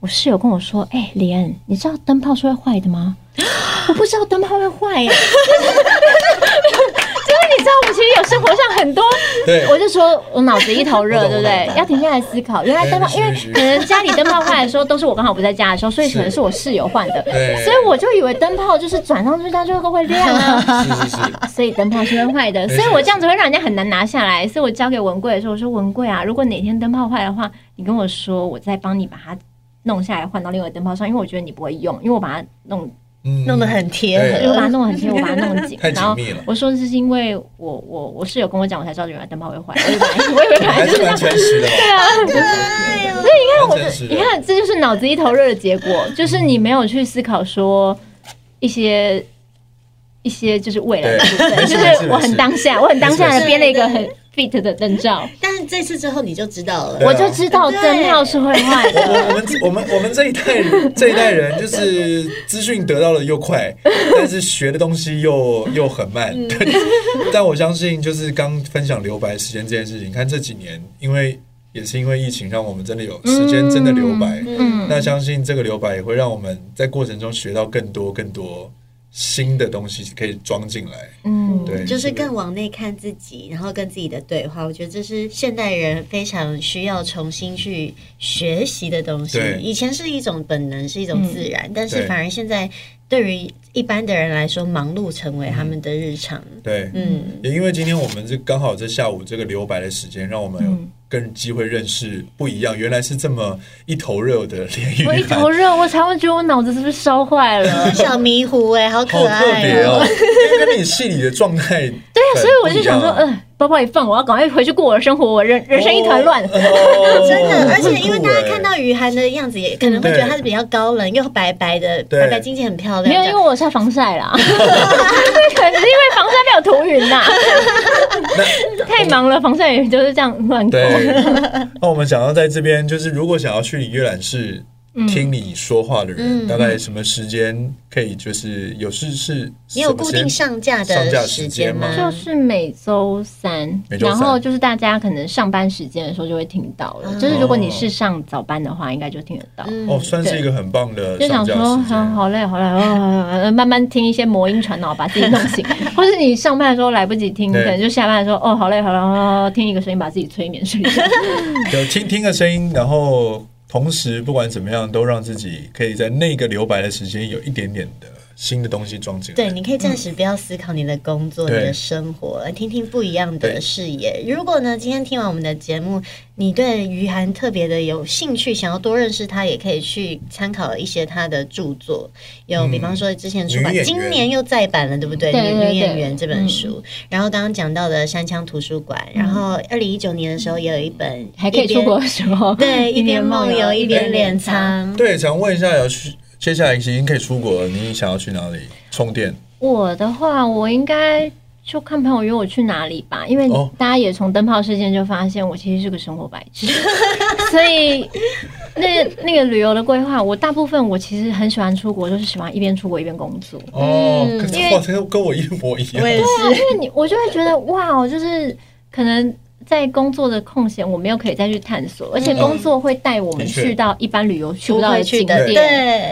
Speaker 1: 我室友跟我说：“哎、李恩，你知道灯泡是会坏的吗？” 我不知道灯泡会坏耶、 就是你知道，我们其实有生活上很多，
Speaker 3: 对，
Speaker 1: 我就说我脑子一头热，
Speaker 3: 我懂
Speaker 1: 对不
Speaker 3: 我
Speaker 1: 对
Speaker 3: 懂？
Speaker 1: 要停下来思考。原来灯泡，
Speaker 3: 哎
Speaker 1: 因为
Speaker 3: 是是
Speaker 1: 可能家里灯泡坏的时候，都是我刚好不在家的时候，所以可能是我室友换的，
Speaker 3: 对
Speaker 1: 所以我就以为灯泡就是转上去它就会会亮啊。
Speaker 3: 是是是，
Speaker 1: 所以灯泡是会坏的，
Speaker 3: 没
Speaker 1: 所
Speaker 3: 错
Speaker 1: 以我这样子会让人家很难拿下来。所以我交给文贵的时候，我说文贵啊，如果哪天灯泡坏的话，你跟我说，我再帮你把它弄下来，换到另外灯泡上，因为我觉得你不会用，因为我把它弄，
Speaker 3: 嗯
Speaker 2: 弄得很贴
Speaker 3: 对
Speaker 1: 我把它
Speaker 2: 合，
Speaker 1: 弄很贴，我把它弄紧，
Speaker 3: 太紧
Speaker 1: 然后
Speaker 3: 密了
Speaker 1: 我说这是因为我我我室友跟我讲，我才知道原来灯泡会坏，我以为我以为本来
Speaker 3: 还
Speaker 1: 就是是这
Speaker 3: 蛮
Speaker 1: 样。
Speaker 3: 诚实的哦，
Speaker 2: 对啊
Speaker 3: 蛮
Speaker 1: 我
Speaker 3: 诚实的
Speaker 1: 你。看，这就是脑子一头热的结果，就是你没有去思考说一些一些就是未来的部分，
Speaker 3: 对
Speaker 1: 就是我很当下，我很当下的编了一个
Speaker 2: 没
Speaker 1: 很 fit 的灯罩，
Speaker 2: 但是这次之后你就知道了
Speaker 3: 对。啊
Speaker 1: 我就知道灯泡是会坏的。
Speaker 3: 我我们我们我们这一代 人这一代人就是资讯得到的又快，但是学的东西又又很慢。
Speaker 1: 嗯
Speaker 3: 但我相信，就是刚分享留白时间这件事情，看这几年，因为也是因为疫情，让我们真的有时间真的留白。
Speaker 1: 嗯，
Speaker 3: 那相信这个留白也会让我们在过程中学到更多更多新的东西，可以装进来。
Speaker 1: 嗯，
Speaker 3: 对，
Speaker 2: 就是更往内看自己，然后跟自己的对话。我觉得这是现代人非常需要重新去学习的东西
Speaker 3: 对。
Speaker 2: 以前是一种本能，是
Speaker 1: 嗯
Speaker 2: 一种自然，但是
Speaker 3: 对
Speaker 2: 反而现在对于一般的人来说，忙碌成为
Speaker 3: 嗯
Speaker 2: 他们的日常。
Speaker 3: 对，
Speaker 2: 嗯，
Speaker 3: 也因为今天我们是刚好在下午这个留白的时间，让我们有更机会认识不一样，原来是这么一头热的连
Speaker 1: 我一
Speaker 3: 玉
Speaker 1: 头
Speaker 3: 涵。
Speaker 1: 热，我才会觉得我脑子是不是烧坏了？
Speaker 2: 小迷糊哎、好可
Speaker 3: 好特
Speaker 2: 爱
Speaker 3: 别
Speaker 2: 哦、
Speaker 3: 哦，因为跟你戏里的状态对
Speaker 1: 对，啊所以我就想说，
Speaker 3: 嗯，
Speaker 1: 嗯、包包一放，我要赶快回去过我的生活，我人人生一团乱。
Speaker 2: 真
Speaker 3: 真
Speaker 2: 的，而且因为大家看到雨涵的样子，也可能会觉得她是比较高冷，又白白的，
Speaker 3: 嗯对
Speaker 2: 白白净净，很漂
Speaker 1: 没有，
Speaker 2: 亮。这
Speaker 1: 因为
Speaker 2: 样
Speaker 1: 我晒防晒啦， 因为可能是因为防晒没有涂云呐，太忙了，防晒也就是这样乱搞。
Speaker 3: 对，那我们讲到在这边，就是如果想要去阅览室
Speaker 1: 嗯
Speaker 3: 听你说话的人，
Speaker 2: 嗯
Speaker 3: 大概什么时间可以？就是有事是？
Speaker 2: 你有固定
Speaker 3: 什么时间
Speaker 2: 上架
Speaker 3: 上架
Speaker 2: 的
Speaker 3: 时
Speaker 2: 时
Speaker 3: 间
Speaker 2: 间
Speaker 3: 吗
Speaker 2: 吗？
Speaker 1: 就是每周三，
Speaker 3: 每周
Speaker 1: 然
Speaker 3: 三
Speaker 1: 后就是大家可能上班时间的时候就会听到了。
Speaker 2: 哦
Speaker 1: 就是如果你是上早班的话，应该就听得到。
Speaker 2: 嗯
Speaker 3: 哦，算是一个很棒的
Speaker 1: 就
Speaker 3: 上
Speaker 1: 想
Speaker 3: 架
Speaker 1: 说，
Speaker 3: 时
Speaker 1: 好
Speaker 3: 间。
Speaker 1: 好累，好累，哦，慢慢听一些魔音传脑，把自己弄醒。 或是你上班的时候来不及听，
Speaker 3: 对
Speaker 1: 可能就下班的时候，哦，好累，好累，哦，听一个声音把自己催眠 睡觉。
Speaker 3: 就听听个声音，然后同时不管怎么样，都让自己可以在那个留白的时间有一点点的新的东西装进来。
Speaker 2: 对，你可以暂时不要思考你的工作、
Speaker 3: 对
Speaker 2: 你的生活，来听听不一样
Speaker 3: 对
Speaker 2: 的视野。如果呢，今天听完我们的节目，你对于涵特别的有兴趣，想要多认识他，也可以去参考一些他的著作，有比方说之前出版
Speaker 3: 女演，员
Speaker 2: 今年又再版了，对不对？
Speaker 1: 对对
Speaker 2: 女
Speaker 1: 对
Speaker 2: 女演员这本书，然后刚刚讲到的山枪图书馆，然后二零一九年的时候也有一本，
Speaker 1: 还可以
Speaker 2: 一
Speaker 1: 出
Speaker 2: 边
Speaker 1: 国的时候，
Speaker 2: 对，一边梦游一边敛。藏。
Speaker 3: 对，想问一下，要去接下来已经可以出国了，你想要去哪里充电？
Speaker 1: 我的话，我应该就看朋友约我去哪里吧，因为
Speaker 3: 哦
Speaker 1: 大家也从灯泡事件就发现我其实是个生活白 痴，所以那那个旅游的规划，我大部分我其实很喜欢出国，就是喜欢一边出国一边工作。
Speaker 3: 哦，可
Speaker 1: 因
Speaker 3: 是
Speaker 1: 为
Speaker 3: 哇，这个跟我一模一
Speaker 2: 嗯
Speaker 3: 样
Speaker 2: 我。也是，
Speaker 1: 对啊，因为你我就会觉得哇，我就是可能在工作的空闲，我们又可以再去探索，而且工作会带我们
Speaker 3: 的确
Speaker 1: 去到一般旅游去不
Speaker 2: 嗯不
Speaker 1: 到
Speaker 2: 会去
Speaker 1: 景
Speaker 2: 的，
Speaker 1: 点。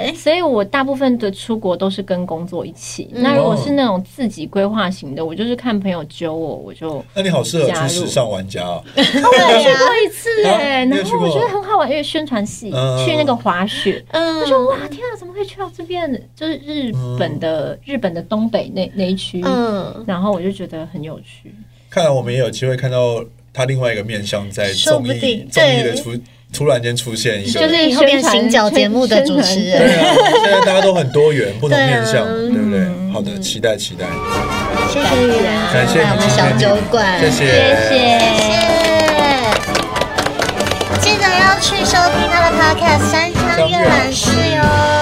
Speaker 2: 对。
Speaker 1: 所以我大部分的出国都是跟工作一起。
Speaker 2: 嗯
Speaker 1: 那如果是那种自己规划型的，我就是看朋友揪我，我就
Speaker 3: 那你好适合
Speaker 1: 加
Speaker 3: 去
Speaker 1: 入
Speaker 3: 时尚玩家哦，
Speaker 2: 对啊
Speaker 1: 去
Speaker 2: 呀
Speaker 1: 过一次哎、
Speaker 3: 啊你有
Speaker 1: 然
Speaker 3: 去
Speaker 1: 后
Speaker 3: 过
Speaker 1: 我觉得很好玩，因为宣传系、
Speaker 3: 嗯
Speaker 1: 去那个滑雪。
Speaker 2: 嗯
Speaker 1: 我说哇，天啊，怎么可以去到这边？就是日本的、日本的东北那那一区，
Speaker 2: 嗯，
Speaker 1: 然后我就觉得很有趣。
Speaker 3: 看来我们也有机会看到他另外一个面向在综
Speaker 2: 说不
Speaker 3: 艺
Speaker 2: 定
Speaker 3: 综艺的
Speaker 2: 对
Speaker 3: 出突然间出现一个，
Speaker 1: 就是
Speaker 2: 以后变
Speaker 1: 宣传
Speaker 2: 行脚节目的主持
Speaker 1: 宣
Speaker 3: 对
Speaker 2: 人。
Speaker 3: 啊，现在大家都很多元，不同面向，
Speaker 2: 对啊
Speaker 3: 对不对？好的，期待期待，
Speaker 2: 谢谢雨然，
Speaker 3: 感谢
Speaker 2: 来我
Speaker 3: 你
Speaker 2: 们
Speaker 3: 今
Speaker 2: 小
Speaker 3: 天
Speaker 2: 酒馆，
Speaker 3: 谢谢
Speaker 2: 谢谢记得要去收听他的 podcast《三
Speaker 3: 三
Speaker 2: 枪阅
Speaker 3: 月
Speaker 2: 览室》哟。